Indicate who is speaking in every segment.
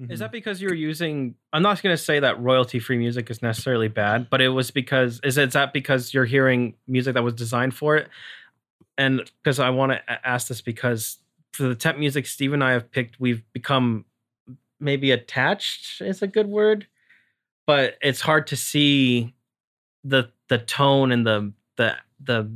Speaker 1: Mm-hmm.
Speaker 2: Is that because you were using? I'm not going to say that royalty free music is necessarily bad, but it was because is it is that because you're hearing music that was designed for it? And because I want to ask this because for the temp music Steve and I have picked, we've become maybe attached is a good word, but it's hard to see the the tone and the the the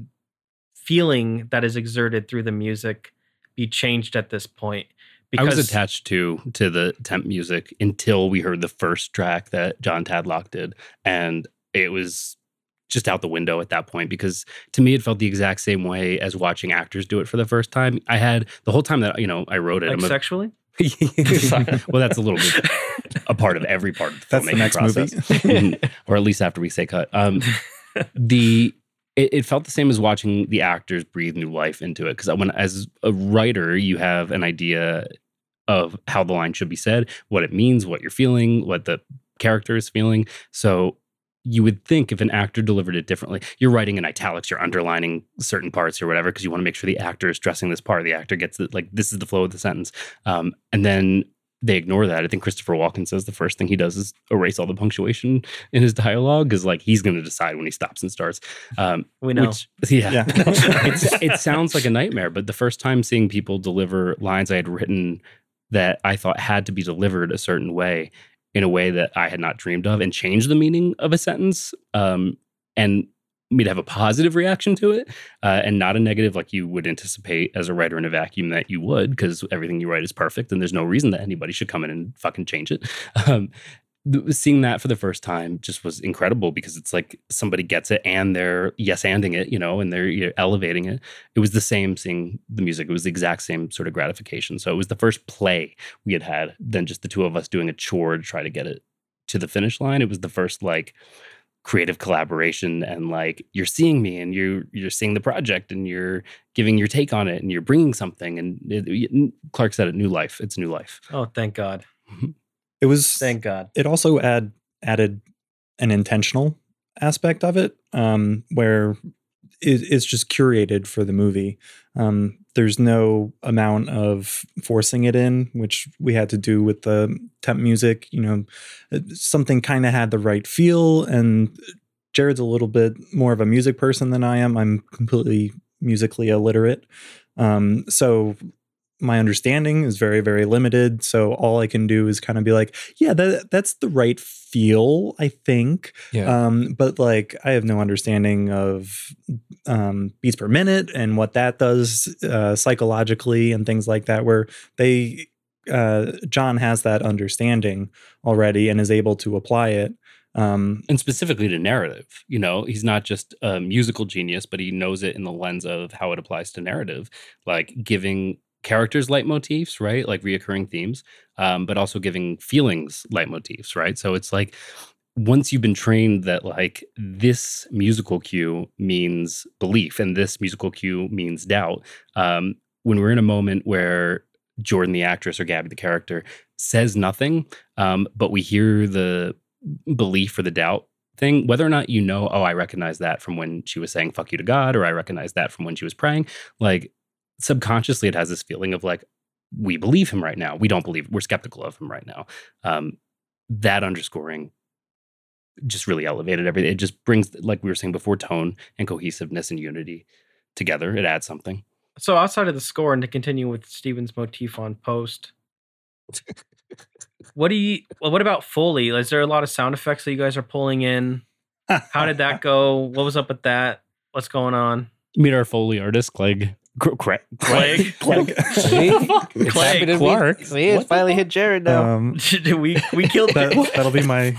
Speaker 2: feeling that is exerted through the music be changed at this point.
Speaker 1: I was attached to to the temp music until we heard the first track that John Tadlock did, and it was just out the window at that point because to me it felt the exact same way as watching actors do it for the first time. I had the whole time that you know I wrote it.
Speaker 2: like
Speaker 1: I'm a-
Speaker 2: sexually.
Speaker 1: well, that's a little bit a part of every part of the
Speaker 3: That's the
Speaker 1: filmmaking
Speaker 3: next
Speaker 1: process,
Speaker 3: movie.
Speaker 1: Mhm. or at least after we say cut. Um, the it, it felt the same as watching the actors breathe new life into it because when as a writer you have an idea of how the line should be said, what it means, what you're feeling, what the character is feeling. So you would think if an actor delivered it differently, you're writing in italics, you're underlining certain parts or whatever because you want to make sure the actor is dressing this part. The actor gets it like this is the flow of the sentence, um, and then they ignore that. I think Christopher Walken says the first thing he does is erase all the punctuation in his dialogue because like he's going to decide when he stops and starts. Um,
Speaker 2: We know.
Speaker 1: which, yeah.
Speaker 3: Yeah.
Speaker 1: it's, it sounds like a nightmare, but the first time seeing people deliver lines I had written that I thought had to be delivered a certain way in a way that I had not dreamed of and change the meaning of a sentence um, and me to have a positive reaction to it uh, and not a negative like you would anticipate as a writer in a vacuum that you would because everything you write is perfect and there's no reason that anybody should come in and fucking change it. Um, th- seeing that for the first time just was incredible because it's like somebody gets it and they're yes anding it, you know, and they're you know, elevating it. It was the same seeing the music. It was the exact same sort of gratification. So it was the first play we had had than just the two of us doing a chore to try to get it to the finish line. It was the first like creative collaboration and like you're seeing me and you you're seeing the project and you're giving your take on it and you're bringing something and it, Clark said it new life it's new life
Speaker 2: Oh, thank God!
Speaker 3: It was
Speaker 2: Thank God!
Speaker 3: it also add added an intentional aspect of it um where it, it's just curated for the movie um there's no amount of forcing it in which we had to do with the temp music you know uh, something kind of had the right feel and jared's a little bit more of a music person than i am i'm completely musically illiterate um so my understanding is very very limited so all i can do is kind of be like yeah that, that's the right feel i think
Speaker 4: Yeah.
Speaker 3: um but like i have no understanding of um beats per minute and what that does uh psychologically and things like that where they uh john has that understanding already and is able to apply it um
Speaker 1: and specifically to narrative. You know, he's not just a musical genius, but he knows it in the lens of how it applies to narrative, like giving characters leitmotifs, right? Like reoccurring themes, um, but also giving feelings leitmotifs, right? So it's like once you've been trained that like this musical cue means belief and this musical cue means doubt. Um, when we're in a moment where Jordan, the actress, or Gabby, the character, says nothing, um, but we hear the belief or the doubt thing, whether or not you know, oh, I recognize that from when she was saying fuck you to God, or I recognize that from when she was praying, like subconsciously it has this feeling of like, we believe him right now. We don't believe, we're skeptical of him right now. Um, that underscoring just really elevated everything. It just brings, like we were saying before, tone and cohesiveness and unity together. It adds something.
Speaker 2: So outside of the score, and to continue with Steven's motif on post, what do you? Well, what about Foley? Is there a lot of sound effects that you guys are pulling in? How did that go? What was up with that? What's going on?
Speaker 1: Meet our Foley artist, Clegg. Cr- cra-
Speaker 2: Clegg?
Speaker 3: Clegg.
Speaker 4: See? It's
Speaker 2: Clay
Speaker 4: happening to me.
Speaker 1: Clark.
Speaker 4: See, it's
Speaker 1: What the
Speaker 4: finally hit Jared now.
Speaker 3: um
Speaker 2: we we killed
Speaker 3: that,
Speaker 2: that.
Speaker 3: that'll be my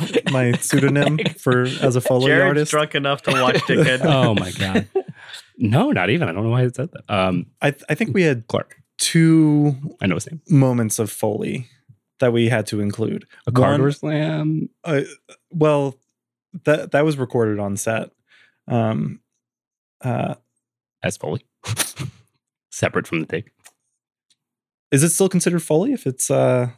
Speaker 3: my pseudonym for as a foley
Speaker 2: Jared's
Speaker 3: artist
Speaker 2: drunk enough to watch Dickhead.
Speaker 1: oh my god. No, not even. I don't know why I said that. Um,
Speaker 3: I, th- I think we had
Speaker 1: Clark.
Speaker 3: two
Speaker 1: I know his name.
Speaker 3: moments of foley that we had to include
Speaker 1: A car
Speaker 3: One-
Speaker 1: door slam.
Speaker 3: uh, well that that was recorded on set um uh
Speaker 1: As Foley. Separate from the take.
Speaker 3: is it still considered foley if it's uh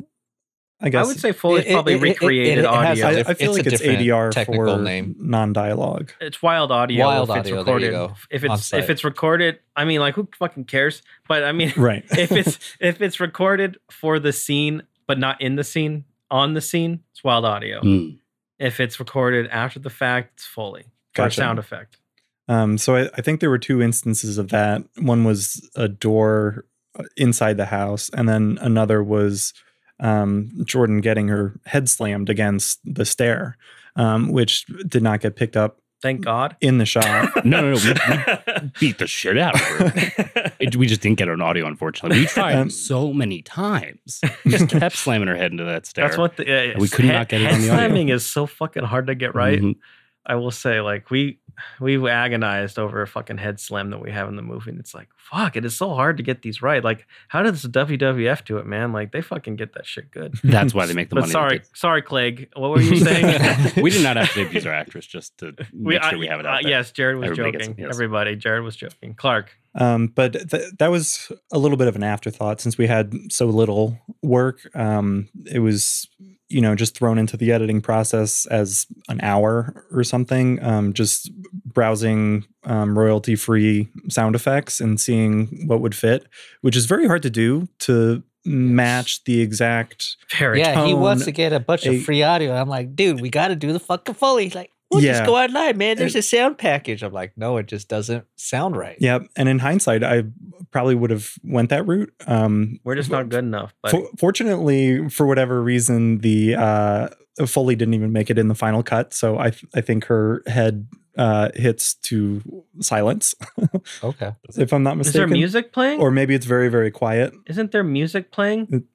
Speaker 3: i
Speaker 2: I
Speaker 3: guess
Speaker 2: would say Foley's
Speaker 4: It- it-
Speaker 2: probably
Speaker 4: it- it-
Speaker 2: recreated
Speaker 4: it has
Speaker 2: audio.
Speaker 4: a
Speaker 3: I,
Speaker 4: diff-
Speaker 3: I feel
Speaker 4: it's a
Speaker 3: like it's
Speaker 4: different
Speaker 3: adr
Speaker 4: technical
Speaker 3: for
Speaker 4: name.
Speaker 3: non-dialogue
Speaker 2: it's wild audio.
Speaker 4: Wild
Speaker 2: if It's
Speaker 4: audio, there you
Speaker 2: recorded.
Speaker 4: go.
Speaker 2: If
Speaker 4: On
Speaker 2: it's
Speaker 4: site.
Speaker 2: if it's recorded, I mean, like who fucking cares? But I mean,
Speaker 3: right
Speaker 2: if it's if it's recorded for the scene but not in the scene, on the scene, it's wild audio.
Speaker 1: Mm.
Speaker 2: If it's recorded after the fact, it's Foley or
Speaker 3: Gotcha.
Speaker 2: sound effect.
Speaker 3: Um, so I, I think there were two instances of that. One was a door uh, inside the house, and then another was um, Jordan getting her head slammed against the stair, um, which did not get picked up
Speaker 2: Thank God.
Speaker 3: in the shot.
Speaker 1: Hmm. No, no, no. We, we beat the shit out of her. It- we just didn't get her on audio, unfortunately. We tried
Speaker 3: Um,
Speaker 1: so many times. We just kept slamming her head into that stair.
Speaker 2: That's what the, uh,
Speaker 1: We could not get it
Speaker 2: head
Speaker 1: on the audio.
Speaker 2: slamming is so fucking hard to get right.
Speaker 1: Mhm.
Speaker 2: I will say, like we we agonized over a fucking head slam that we have in the movie, and it's like, fuck, it is so hard to get these right. Like, how does the WWF do it, man? Like, they fucking get that shit good.
Speaker 1: That's why they make the
Speaker 2: But
Speaker 1: money.
Speaker 2: sorry,
Speaker 1: they
Speaker 2: sorry, Clegg. What were you saying?
Speaker 1: do. we did not have to abuse our actress just to make sure we have it
Speaker 2: uh,
Speaker 1: out there.
Speaker 2: yes, Jared was
Speaker 1: Everybody gets-
Speaker 2: joking.
Speaker 1: yes.
Speaker 2: Everybody, Jared was joking. Clark,
Speaker 3: Um, but th- that was a little bit of an afterthought since we had so little work. Um, it was, you know, just thrown into the editing process as an hour or something, um, just browsing um, royalty free sound effects and seeing what would fit, which is very hard to do to match the exact.
Speaker 2: Jared.
Speaker 4: yeah, he wants
Speaker 3: tone,
Speaker 4: to get a bunch
Speaker 3: a-
Speaker 4: of free audio. I'm like, dude, we got to do the fucking Foley. He's like, we'll
Speaker 3: Yeah.
Speaker 4: just go online, man. There's
Speaker 3: And-
Speaker 4: a sound package. I'm like, no, it just doesn't sound right.
Speaker 3: Yep. And in hindsight, I probably would have went that route. Um,
Speaker 2: We're just not good enough. But
Speaker 3: For, fortunately, for whatever reason, the uh, Foley didn't even make it in the final cut. So I th- I think her head uh, hits to silence,
Speaker 4: Okay.
Speaker 3: if I'm not
Speaker 2: is there
Speaker 3: mistaken.
Speaker 2: music playing?
Speaker 3: Or
Speaker 2: Or
Speaker 3: maybe it's very very quiet.
Speaker 2: isn't there music playing?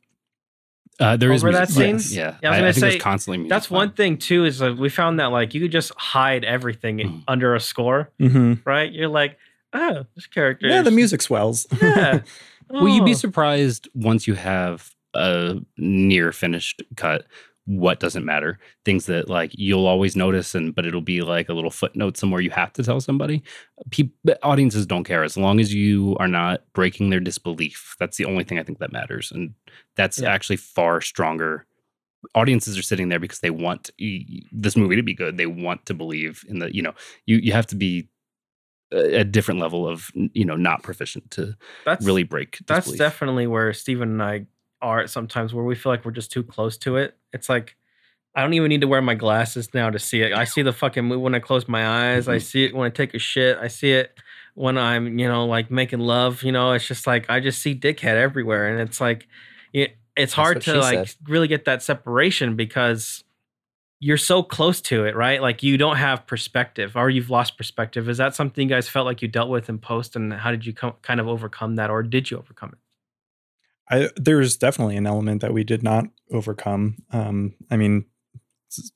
Speaker 1: Uh, there is
Speaker 2: Over that
Speaker 1: music playing.
Speaker 3: scene?
Speaker 1: Yeah,
Speaker 2: Yeah, I was gonna
Speaker 1: I, I think
Speaker 2: say,
Speaker 1: there's constantly music.
Speaker 2: That's one
Speaker 1: playing.
Speaker 2: thing too. Is like we found that like you could just hide everything
Speaker 1: Mm.
Speaker 2: under a score,
Speaker 3: hmm
Speaker 2: right? You're like, oh, this character.
Speaker 3: Yeah, the
Speaker 2: is-
Speaker 3: music swells.
Speaker 2: Yeah.
Speaker 1: Will you be
Speaker 2: Oh.
Speaker 1: surprised once you have a near finished cut? What doesn't matter? Things that like you'll always notice, and but it'll be like a little footnote somewhere you have to tell somebody. Peop audiences don't care as long as you are not breaking their disbelief. That's the only thing I think that matters, and that's
Speaker 2: Yeah.
Speaker 1: actually far stronger. Audiences are sitting there because they want y- this movie to be good. They want to believe in the you know you you have to be a, a different level of you know not proficient to
Speaker 2: That's
Speaker 1: really break.
Speaker 2: that's
Speaker 1: disbelief.
Speaker 2: definitely where Steven and I are sometimes, where we feel like we're just too close to it. It's like I don't even need to wear my glasses now to see it. I see the fucking move when I close my eyes. I
Speaker 1: Mhm.
Speaker 2: see it when I take a shit. I see it when I'm you know like making love. You know, it's just like I just see dickhead everywhere, and it's like it, it's hard
Speaker 4: what
Speaker 2: to
Speaker 4: she
Speaker 2: like
Speaker 4: said.
Speaker 2: really get that separation because you're so close to it, right? Like you don't have perspective or you've lost perspective. Is that something you guys felt like you dealt with in post and how did you come, kind of overcome that or did you overcome it?
Speaker 3: I, there's definitely an element that we did not overcome. Um, I mean, s-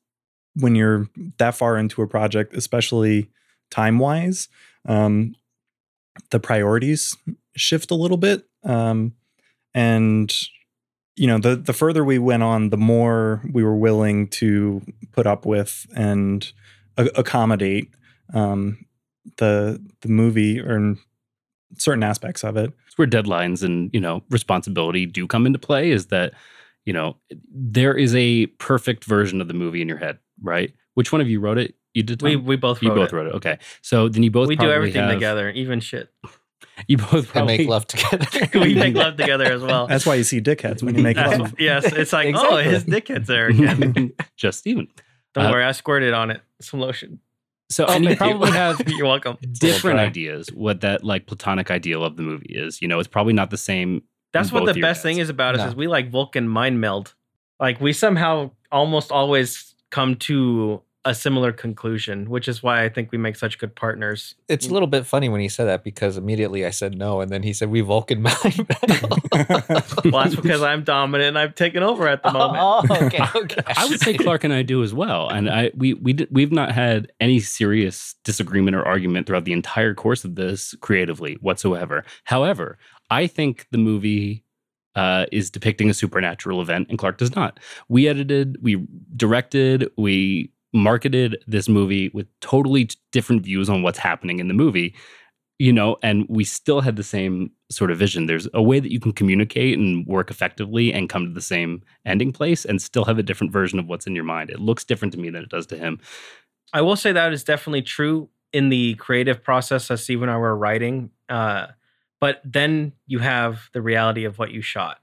Speaker 3: when you're that far into a project, especially time wise, um, the priorities shift a little bit. Um, and you know, the the further we went on, the more we were willing to put up with and a- accommodate um, the the movie or certain aspects of it.
Speaker 1: it's where deadlines and you know responsibility do come into play is that you know there is a perfect version of the movie in your head right which one of you wrote it you did
Speaker 2: We,
Speaker 1: Tom?
Speaker 2: we both
Speaker 1: you
Speaker 2: wrote
Speaker 1: both
Speaker 2: it.
Speaker 1: wrote it okay so then you both
Speaker 2: we do
Speaker 1: probably
Speaker 2: everything
Speaker 1: have-
Speaker 2: together, even shit.
Speaker 1: you both
Speaker 4: And
Speaker 1: probably
Speaker 4: make love together.
Speaker 2: we make love together as well.
Speaker 3: That's why you see dickheads when you make
Speaker 2: That's-
Speaker 3: love.
Speaker 2: yes, it's like, oh,
Speaker 4: Exactly.
Speaker 2: his dickhead's there again.
Speaker 1: just Steven.
Speaker 2: Don't
Speaker 1: Uh,
Speaker 2: worry, I squirted on it some lotion.
Speaker 1: so
Speaker 4: Oh,
Speaker 1: and you
Speaker 4: thank you.
Speaker 1: probably have
Speaker 2: You're welcome.
Speaker 1: different
Speaker 4: dry.
Speaker 1: ideas what that like platonic ideal of the movie is you know it's probably not the same
Speaker 2: That's what
Speaker 1: both
Speaker 2: the
Speaker 1: of your
Speaker 2: best thing
Speaker 1: heads.
Speaker 2: is about us
Speaker 4: No.
Speaker 2: is we like Vulcan mind meld. Like we somehow almost always come to a similar conclusion, which is why I think we make such good partners.
Speaker 4: it's a little bit funny when he said that because immediately I said no, and then he said we Vulcan mind.
Speaker 2: Well, that's because I'm dominant and I've taken over at the moment.
Speaker 4: oh, okay, okay.
Speaker 1: I would say Clark and I do as well, and I we we did, we've not had any serious disagreement or argument throughout the entire course of this creatively whatsoever. However, I think the movie uh, is depicting a supernatural event, and Clark does not. We edited, we directed, we marketed this movie with totally t- different views on what's happening in the movie. You know, and we still had the same sort of vision. There's a way that you can communicate and work effectively and come to the same ending place and still have a different version of what's in your mind. It looks different to me than it does to him.
Speaker 2: I will say that is definitely true in the creative process as Steve and I were writing. Uh, but then you have the reality of what you shot.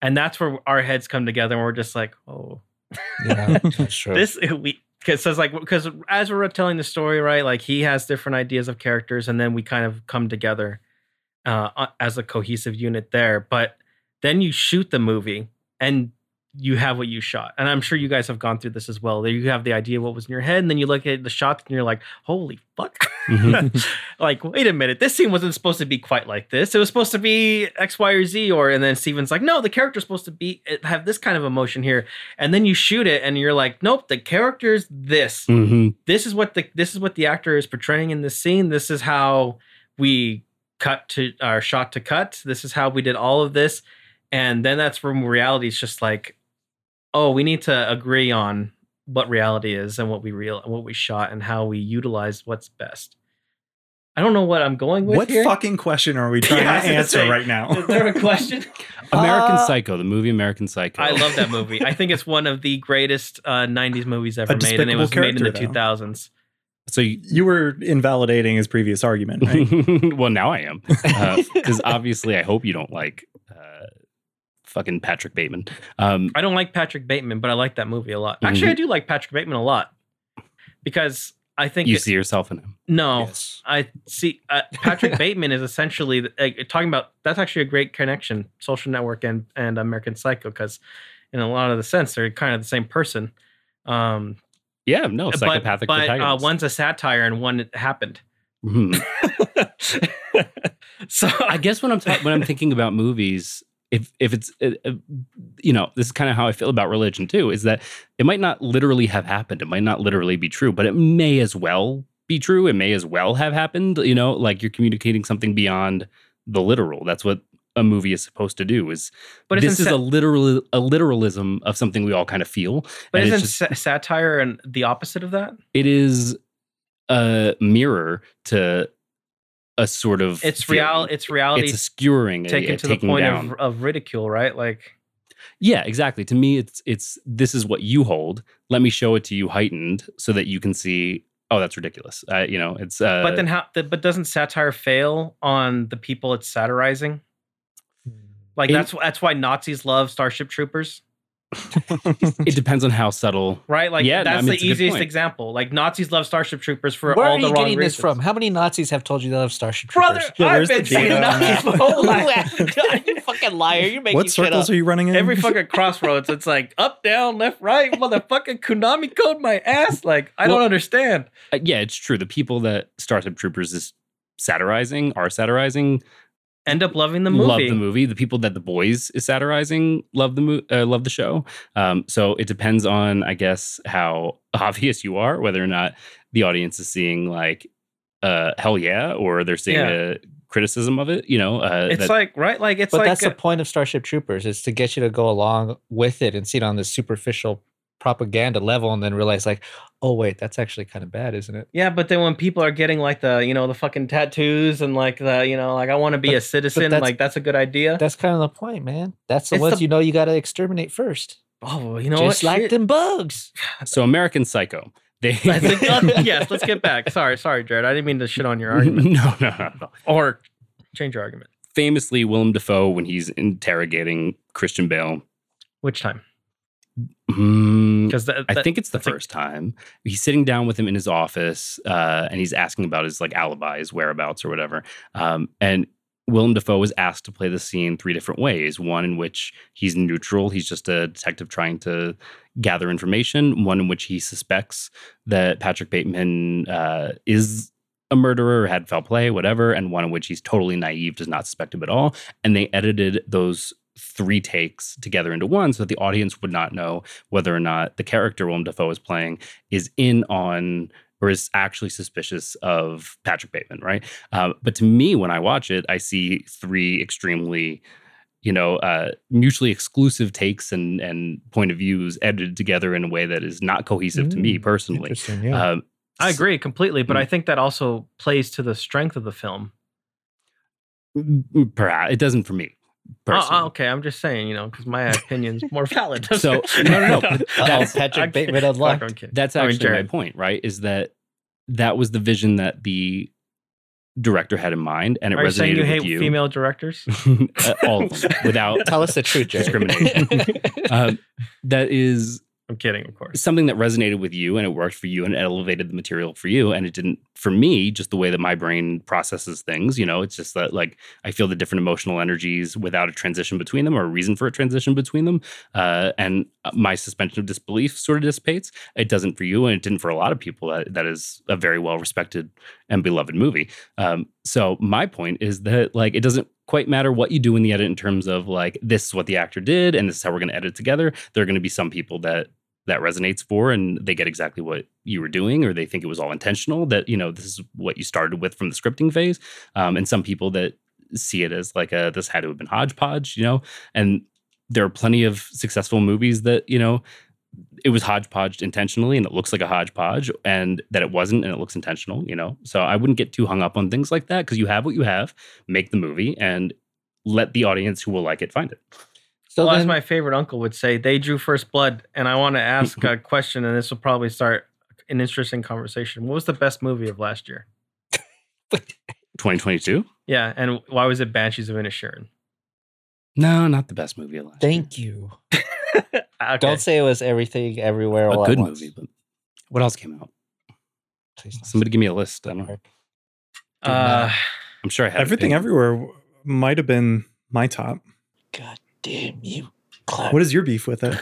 Speaker 2: and that's where our heads come together, and we're just like, oh,
Speaker 4: Yeah, that's true.
Speaker 2: this we because it's like because as we're telling the story, right? Like he has different ideas of characters, and then we kind of come together uh, as a cohesive unit there. But then you shoot the movie, and you have what you shot. And I'm sure you guys have gone through this as well. That you have the idea of what was in your head, and then you look at the shots, and you're like, holy fuck. like, wait a minute, this scene wasn't supposed to be quite like this. It was supposed to be X, Y, or Z, or and then Steven's like, no, the character's supposed to be have this kind of emotion here. And then you shoot it and you're like, nope, the character's this.
Speaker 1: hmm
Speaker 2: This is what the this is what the actor is portraying in this scene. This is how we cut to our shot to cut. This is how we did all of this. And then that's when reality is just like, oh, we need to agree on what reality is and what we real what we shot and how we utilize what's best. I don't know what I'm going with
Speaker 3: What
Speaker 2: here.
Speaker 3: fucking question are we trying
Speaker 2: Yeah, I was
Speaker 3: to
Speaker 2: gonna
Speaker 3: answer
Speaker 2: say,
Speaker 3: right
Speaker 2: Is there
Speaker 3: now?
Speaker 2: a question?
Speaker 1: American
Speaker 4: Uh,
Speaker 1: Psycho, the movie American Psycho.
Speaker 2: I love that movie. I think it's one of the greatest uh, '90s movies ever made, and it
Speaker 3: despicable
Speaker 2: was made in the
Speaker 3: character, though.
Speaker 2: 2000s.
Speaker 1: So you,
Speaker 3: you were invalidating his previous argument, right?
Speaker 1: well, now I am because obviously I hope you don't like uh, fucking Patrick Bateman. Um,
Speaker 2: I don't like Patrick Bateman, but I like that movie a lot. Actually,
Speaker 1: Mhm.
Speaker 2: I do like Patrick Bateman a lot because I think
Speaker 1: you
Speaker 2: it-
Speaker 1: see yourself in him.
Speaker 2: no.
Speaker 4: Yes.
Speaker 2: I see. Uh, Patrick Bateman is essentially the- like, talking about that's actually a great connection, Social Network and and American Psycho, because in a lot of the sense they're kind of the same person. Um,
Speaker 1: Yeah, no,
Speaker 2: but-
Speaker 1: psychopathic
Speaker 2: but, uh,
Speaker 1: protagonist.
Speaker 2: one's a satire and one happened.
Speaker 1: Mhm.
Speaker 2: so
Speaker 1: I guess when I'm ta- when I'm thinking about movies, if if it's uh, uh, you know this is kind of how I feel about religion too, is that it might not literally have happened, it might not literally be true, but it may as well be true. It may as well have happened. You know, like you're communicating something beyond the literal. That's what a movie is supposed to do. Is
Speaker 2: But
Speaker 1: but
Speaker 2: it's
Speaker 1: this is
Speaker 2: inse-
Speaker 1: a literal a literalism of something we all kind of feel.
Speaker 2: But
Speaker 1: and
Speaker 2: isn't
Speaker 1: it's just-
Speaker 2: sa- satire and the opposite of that?
Speaker 1: It is a mirror to a sort of
Speaker 2: It's
Speaker 1: feeling.
Speaker 2: real. It's reality
Speaker 1: It's a skewering, a-
Speaker 2: taken
Speaker 1: a
Speaker 2: to the
Speaker 1: taking
Speaker 2: point
Speaker 1: down.
Speaker 2: of, of ridicule, right? Like
Speaker 1: Yeah, exactly. To me, it's it's this is what you hold. Let me show it to you heightened so that you can see. Oh, that's ridiculous. Uh, you know, it's. Uh,
Speaker 2: but then how th- but doesn't satire fail on the people it's satirizing like
Speaker 1: It-
Speaker 2: that's that's why nazis love starship troopers
Speaker 1: it depends on how subtle.
Speaker 2: right like
Speaker 1: Yeah, no, I
Speaker 2: that's
Speaker 1: mean, it's a
Speaker 2: the
Speaker 1: good
Speaker 2: easiest
Speaker 1: point.
Speaker 2: example like nazis love starship troopers for
Speaker 4: Where are
Speaker 2: all the
Speaker 4: you
Speaker 2: wrong
Speaker 4: getting
Speaker 2: reasons
Speaker 4: this from? How many Nazis have told you they love Starship
Speaker 2: brother
Speaker 4: Troopers?
Speaker 3: Yeah,
Speaker 2: i've
Speaker 3: where's
Speaker 2: been
Speaker 3: the data
Speaker 2: saying
Speaker 3: on
Speaker 2: nazis my
Speaker 3: that?
Speaker 2: whole life
Speaker 4: you fucking liar! You're making
Speaker 3: What
Speaker 4: shit up.
Speaker 3: circles are you running in?
Speaker 2: every fucking crossroads it's like up down left right motherfucking kunami code my ass like i don't
Speaker 1: Well-
Speaker 2: understand
Speaker 1: Uh, yeah, it's true. The people that Starship Troopers is satirizing are satirizing.
Speaker 2: end up loving the
Speaker 1: Love
Speaker 2: movie
Speaker 1: the movie. The people that the boys is satirizing love the mo- uh, love the show. Um, so it depends on, I guess, how obvious you are, whether or not the audience is seeing like, uh, hell yeah, or they're seeing a criticism of it. You know, uh,
Speaker 2: it's
Speaker 1: that-
Speaker 2: like right like it's
Speaker 4: but
Speaker 2: like
Speaker 4: that's the point of Starship Troopers is to get you to go along with it and see it on this superficial propaganda level, and then realize like, oh wait, that's actually kind of bad, isn't it?
Speaker 2: Yeah, but then when people are getting like the you know the fucking tattoos and like the you know like I want to be
Speaker 4: But-
Speaker 2: a citizen,
Speaker 4: that's-
Speaker 2: like that's a good idea.
Speaker 4: That's kind of the point, man. That's the
Speaker 2: It's
Speaker 4: ones
Speaker 2: the-
Speaker 4: you know you got to exterminate first,
Speaker 2: Oh, you know
Speaker 4: just
Speaker 2: what?
Speaker 4: like
Speaker 2: Shit.
Speaker 4: them bugs.
Speaker 1: So American Psycho. They
Speaker 2: Let's- let's- yes, let's get back. Sorry, sorry, Jared. I didn't mean to shit on your
Speaker 1: no,
Speaker 2: argument
Speaker 1: no, no, no.
Speaker 2: or change your argument.
Speaker 1: Famously, Willem Dafoe when he's interrogating Christian Bale.
Speaker 2: Which time?
Speaker 1: Hmm,
Speaker 2: Because that,
Speaker 1: I
Speaker 2: that-
Speaker 1: think it's the
Speaker 2: I think-
Speaker 1: first time he's sitting down with him in his office, uh, and he's asking about his like alibi, his whereabouts, or whatever. Um, and Willem Dafoe was asked to play the scene three different ways. One in which he's neutral; he's just a detective trying to gather information. One in which he suspects that Patrick Bateman uh, is a murderer, had foul play, whatever, and one in which he's totally naive, does not suspect him at all. And they edited those three takes together into one so that the audience would not know whether or not the character Willem Dafoe is playing is in on or is actually suspicious of Patrick Bateman, right? Um, but to me, when I watch it, I see three extremely, you know, uh, mutually exclusive takes and and point of views edited together in a way that is not cohesive to me
Speaker 4: Mm,
Speaker 1: personally.
Speaker 4: Interesting, yeah.
Speaker 2: uh,
Speaker 1: Um,
Speaker 2: I agree completely, but
Speaker 1: Mm.
Speaker 2: I think that also plays to the strength of the film.
Speaker 1: s- Perhaps it doesn't for me.
Speaker 2: Oh,
Speaker 1: Personally.
Speaker 2: oh, okay, I'm just saying, you know, because my opinion's more valid.
Speaker 1: So- no, no, no,
Speaker 4: that's- Patrick
Speaker 2: I'm kidding.
Speaker 4: Bateman unlocked.
Speaker 2: I'm kidding.
Speaker 1: That's
Speaker 2: I mean,
Speaker 1: actually my
Speaker 2: Jared.
Speaker 1: point, right? Is that that was the vision that the director had in mind, and it
Speaker 2: Are you saying
Speaker 1: resonated
Speaker 2: you
Speaker 1: with
Speaker 2: hate
Speaker 1: you.
Speaker 2: female directors?
Speaker 1: Uh, all of them, without
Speaker 4: Tell us the truth, Jared.
Speaker 1: Discrimination. um, that is
Speaker 2: I'm kidding, of course.
Speaker 1: something that resonated with you and it worked for you and it elevated the material for you and it didn't for me just the way that my brain processes things you know it's just that like i feel the different emotional energies without a transition between them or a reason for a transition between them uh, and my suspension of disbelief sort of dissipates it doesn't for you and it didn't for a lot of people that, that is a very well respected and beloved movie um, so my point is that like it doesn't quite matter what you do in the edit in terms of like this is what the actor did and this is how we're going to edit together there are going to be some people that that resonates for and they get exactly what you were doing or they think it was all intentional that you know this is what you started with from the scripting phase um, and some people that see it as like a this had to have been hodgepodge you know and there are plenty of successful movies that you know it was hodgepodged intentionally and it looks like a hodgepodge and that it wasn't and it looks intentional you know so i wouldn't get too hung up on things like that because you have what you have make the movie and let the audience who will like it find it
Speaker 4: So
Speaker 2: well, as
Speaker 4: then-
Speaker 2: my favorite uncle would say, they drew first blood. And I want to ask a question, and this will probably start an interesting conversation. What was the best movie of last year?
Speaker 1: 2022
Speaker 2: Yeah, and why was it Banshees of Inisherin?
Speaker 1: no not the best movie of last year.
Speaker 4: thank you.
Speaker 2: Okay. uh,
Speaker 4: Don't say it was everything everywhere. all
Speaker 1: a
Speaker 4: at
Speaker 1: good
Speaker 4: once.
Speaker 1: movie, but what else came out?
Speaker 4: Please don't
Speaker 1: Somebody give me a list. I don't know.
Speaker 2: Uh,
Speaker 1: I'm sure I have
Speaker 3: Everything everywhere w- might have been my top.
Speaker 4: say- God damn you, Clive.
Speaker 3: What is your beef with it?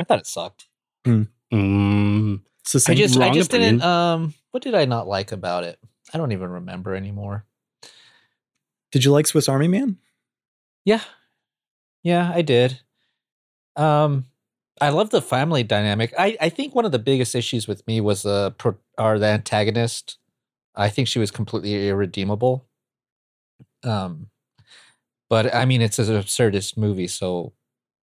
Speaker 4: I thought it sucked.
Speaker 1: Mm,
Speaker 4: I
Speaker 3: Succinct.
Speaker 4: just, I
Speaker 1: wrong
Speaker 4: just didn't.
Speaker 1: opinion.
Speaker 4: Um, what did I not like about it? I don't even remember anymore.
Speaker 3: Did you like Swiss Army Man?
Speaker 4: Yeah, yeah, I did. Um, I love the family dynamic. I, I think one of the biggest issues with me was the pro, or the antagonist. I think she was completely irredeemable. Um, but I mean, it's an absurdist movie, so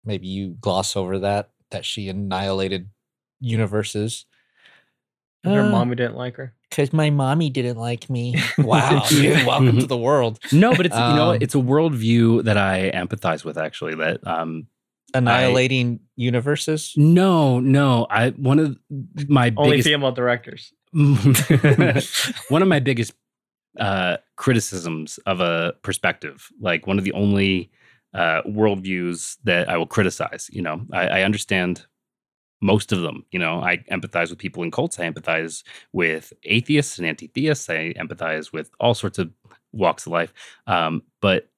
Speaker 4: maybe you gloss over that that she annihilated universes.
Speaker 2: her
Speaker 4: Uh,
Speaker 2: mommy didn't like her.
Speaker 4: Because my mommy didn't like me. Wow. dude, welcome to the world.
Speaker 1: no, but it's you know
Speaker 4: Um,
Speaker 1: what? It's a worldview that I empathize with actually. That um,
Speaker 4: Annihilating universes.
Speaker 1: no, no, I one of my
Speaker 2: Only
Speaker 1: biggest
Speaker 2: female directors.
Speaker 1: one of my biggest uh, criticisms of a perspective, like one of the only uh, worldviews that I will criticize. You know, I, I understand most of them. You know, I empathize with people in cults. I empathize with atheists and anti-theists. I empathize with all sorts of walks of life. Um, but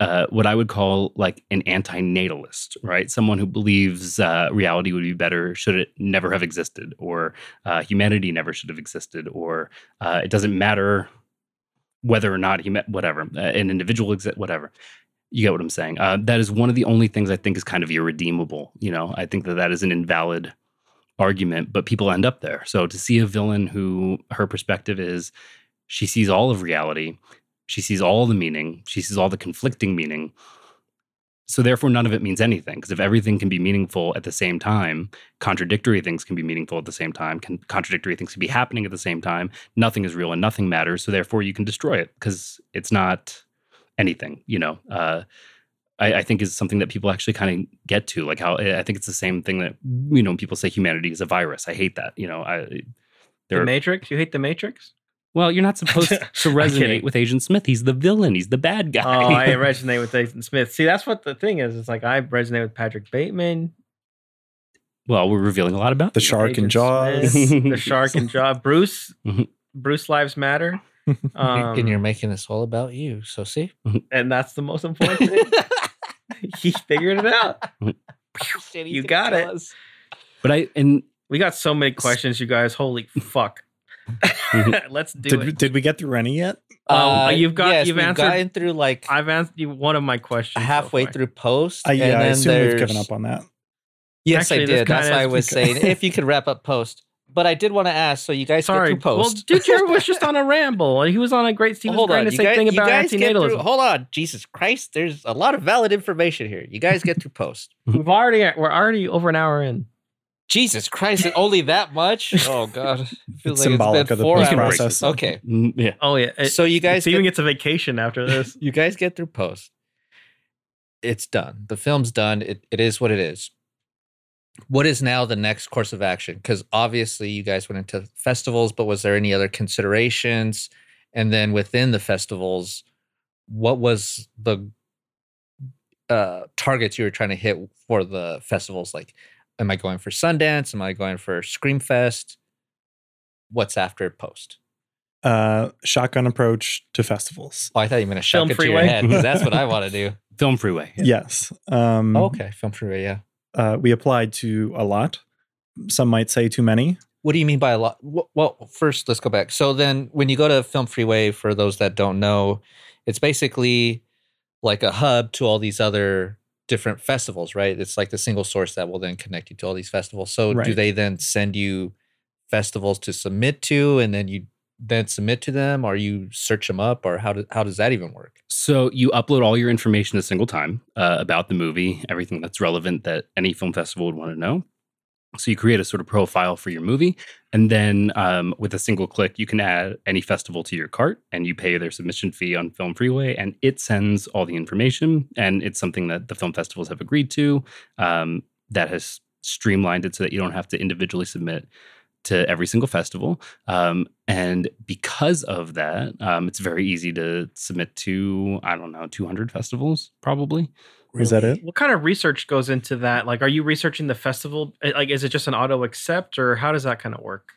Speaker 1: uh, what I would call like an antinatalist, right? Someone who believes uh, reality would be better should it never have existed, or uh, humanity never should have existed, or uh, it doesn't matter whether or not he met whatever uh, an individual exist whatever. You get what I'm saying. Uh, that is one of the only things I think is kind of irredeemable. You know, I think that that is an invalid argument, but people end up there. So to see a villain who her perspective is, she sees all of reality she sees all the meaning. She sees all the conflicting meaning. So therefore, none of it means anything. Because if everything can be meaningful at the same time, contradictory things can be meaningful at the same time. Can, contradictory things can be happening at the same time. Nothing is real and nothing matters. So therefore, you can destroy it because it's not anything. You know, uh, I, I think is something that people actually kind of get to. Like how I I think it's the same thing that you know people say humanity is a virus. I hate that. You know, I
Speaker 2: The
Speaker 1: are-
Speaker 2: Matrix? You hate The Matrix?
Speaker 1: well, you're not supposed to
Speaker 2: I'm kidding.
Speaker 1: resonate with Agent Smith. He's the villain. He's the bad guy.
Speaker 2: Oh, I resonate with Nathan Smith. See, that's what the thing is. It's like I resonate with Patrick Bateman,
Speaker 1: well, we're revealing a lot about
Speaker 3: The
Speaker 1: you.
Speaker 3: Shark and
Speaker 2: Agent
Speaker 3: Jaws.
Speaker 2: Smith, the Shark and Jaws. Bruce,
Speaker 1: Mhm.
Speaker 2: Bruce Lives Matter. Um,
Speaker 4: and you're making this all about you. So see?
Speaker 2: and that's the most important thing. he figured it out. You got it.
Speaker 1: But I and
Speaker 2: We got so many questions, you guys. Holy fuck. Let's do
Speaker 3: Did,
Speaker 2: it.
Speaker 3: did we get through any yet?
Speaker 2: Um, you've got-
Speaker 4: Uh, yes,
Speaker 2: you've
Speaker 4: we've
Speaker 2: answered-
Speaker 4: gotten through like
Speaker 2: I've answered you one of my questions. so
Speaker 4: halfway
Speaker 2: far.
Speaker 4: through post.
Speaker 3: I,
Speaker 4: and
Speaker 3: yeah, I
Speaker 4: then
Speaker 3: assume we've given
Speaker 4: there's-
Speaker 3: up on that.
Speaker 4: Yes,
Speaker 2: Actually,
Speaker 4: I
Speaker 2: this
Speaker 4: did. That's
Speaker 2: kinda
Speaker 4: why I
Speaker 2: is-
Speaker 4: was saying if you could wrap up post. But I did want to ask, so you guys
Speaker 2: Sorry.
Speaker 4: get through
Speaker 2: Well,
Speaker 4: post.
Speaker 2: dude, Jared was just on a ramble. He was on a great. He was
Speaker 4: hold
Speaker 2: trying
Speaker 4: on,
Speaker 2: to
Speaker 4: you
Speaker 2: say
Speaker 4: guys,
Speaker 2: thing
Speaker 4: you
Speaker 2: about
Speaker 4: guys get through.
Speaker 2: antinatalism.
Speaker 4: Hold on, Jesus Christ! There's a lot of valid information here. You guys get through post.
Speaker 2: We've already we're already over an hour in.
Speaker 4: Jesus Christ! and Only that much? Oh God! Feels
Speaker 3: It's symbolic of the
Speaker 4: four
Speaker 3: post
Speaker 1: You can break
Speaker 4: hours.
Speaker 3: process.
Speaker 4: Okay,
Speaker 1: mm, yeah,
Speaker 2: Oh yeah. It,
Speaker 4: so you guys
Speaker 2: Steven
Speaker 4: get
Speaker 2: gets a vacation after this.
Speaker 4: you guys get through post. It's done. The film's done. It, it is what it is. What is now the next course of action? Because obviously you guys went into festivals, but was there any other considerations? and then within the festivals what was the uh targets you were trying to hit for the festivals like am i going for sundance am i going for screamfest what's after post
Speaker 3: Uh, shotgun approach to festivals.
Speaker 4: oh i thought you were going to
Speaker 2: Film
Speaker 4: shove it to your
Speaker 2: freeway. Mm-hmm.
Speaker 4: head 'cause that's what i want to do
Speaker 1: Film Freeway.
Speaker 3: Yes. Um,
Speaker 4: Oh, okay film freeway yeah
Speaker 3: Uh, we applied to a lot. Some might say too many.
Speaker 4: What do you mean by a lot? Wh- Well, first, let's go back. So then, when you go to Film Freeway, for those that don't know, it's basically like a hub to all these other different festivals, right? It's like the single source that will then connect you to all these festivals. So do
Speaker 3: Right.
Speaker 4: they then send you festivals to submit to, and then you then submit to them, or you search them up, or how do, how does that even work?
Speaker 1: So you upload all your information a single time uh, about the movie, everything that's relevant that any film festival would want to know. So you create a sort of profile for your movie, and then um, with a single click, you can add any festival to your cart, and you pay their submission fee on Film Freeway, and it sends all the information, and it's something that the film festivals have agreed to. Um, that has streamlined it so that you don't have to individually submit to every single festival. Um, and because of that, um, it's very easy to submit to, I don't know, 200 festivals probably.
Speaker 3: Is that it?
Speaker 2: What kind of research goes into that? Like, are you researching the festival? Uh, Like, is it just an auto accept, or how does that kind of work?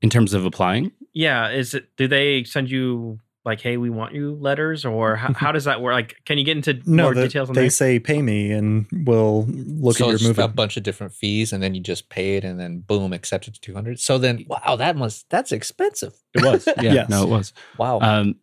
Speaker 1: In terms of applying,
Speaker 2: Yeah, is it? Do they send you like, "Hey, we want you" letters, or how, how does that work? Like, can you get into
Speaker 3: No,
Speaker 2: more
Speaker 3: the-
Speaker 2: details on
Speaker 3: they
Speaker 2: that?
Speaker 3: say pay me and we'll look
Speaker 4: so
Speaker 3: at
Speaker 4: it's
Speaker 3: your
Speaker 4: just
Speaker 3: movie.
Speaker 4: a bunch of different fees, and then you just pay it, and then boom, accepted to two hundred. So then, wow, that must that's expensive.
Speaker 1: it was. Yeah,
Speaker 3: Yes.
Speaker 1: no, it was.
Speaker 4: Wow.
Speaker 1: Um,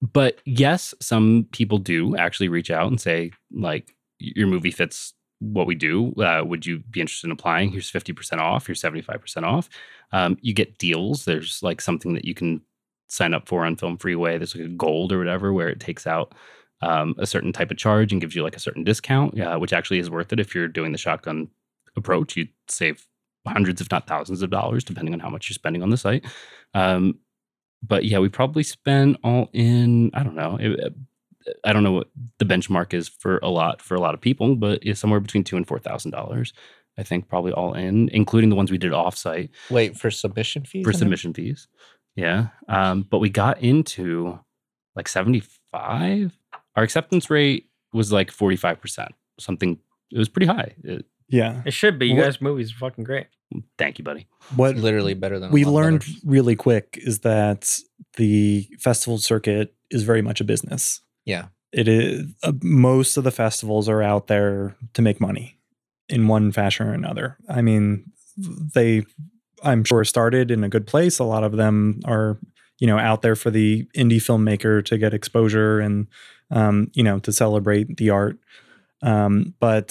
Speaker 1: but yes, some people do actually reach out and say, like, your movie fits what we do. Uh, would you be interested in applying? Here's 50% off, here's 75% off. Um, you get deals. There's like something that you can sign up for on Film Freeway. There's like a gold or whatever where it takes out um, a certain type of charge and gives you like a certain discount, uh, which actually is worth it if you're doing the shotgun approach. You save hundreds, if not thousands, of dollars depending on how much you're spending on the site. Um, but yeah, we probably spent all in. I don't know. It, I don't know what the benchmark is for a lot for a lot of people, but it's somewhere between two and four thousand dollars. I think probably all in, including the ones we did offsite
Speaker 4: Wait for submission fees.
Speaker 1: for
Speaker 4: and everything?
Speaker 1: submission fees. Yeah. Um, but we got into like 75. Our acceptance rate was like 45%, something. It was pretty high. Uh,
Speaker 3: yeah.
Speaker 2: it should be. You
Speaker 3: What-
Speaker 2: guys' movies are fucking great.
Speaker 1: thank you, buddy.
Speaker 3: What
Speaker 4: literally better than a
Speaker 3: we
Speaker 4: lot of
Speaker 3: learned
Speaker 4: others.
Speaker 3: really quick is that the festival circuit is very much a business.
Speaker 4: Yeah.
Speaker 3: It is uh, most of the festivals are out there to make money in one fashion or another. I mean, they I'm sure started in a good place. A lot of them are, you know, out there for the indie filmmaker to get exposure and um, you know, to celebrate the art. Um, but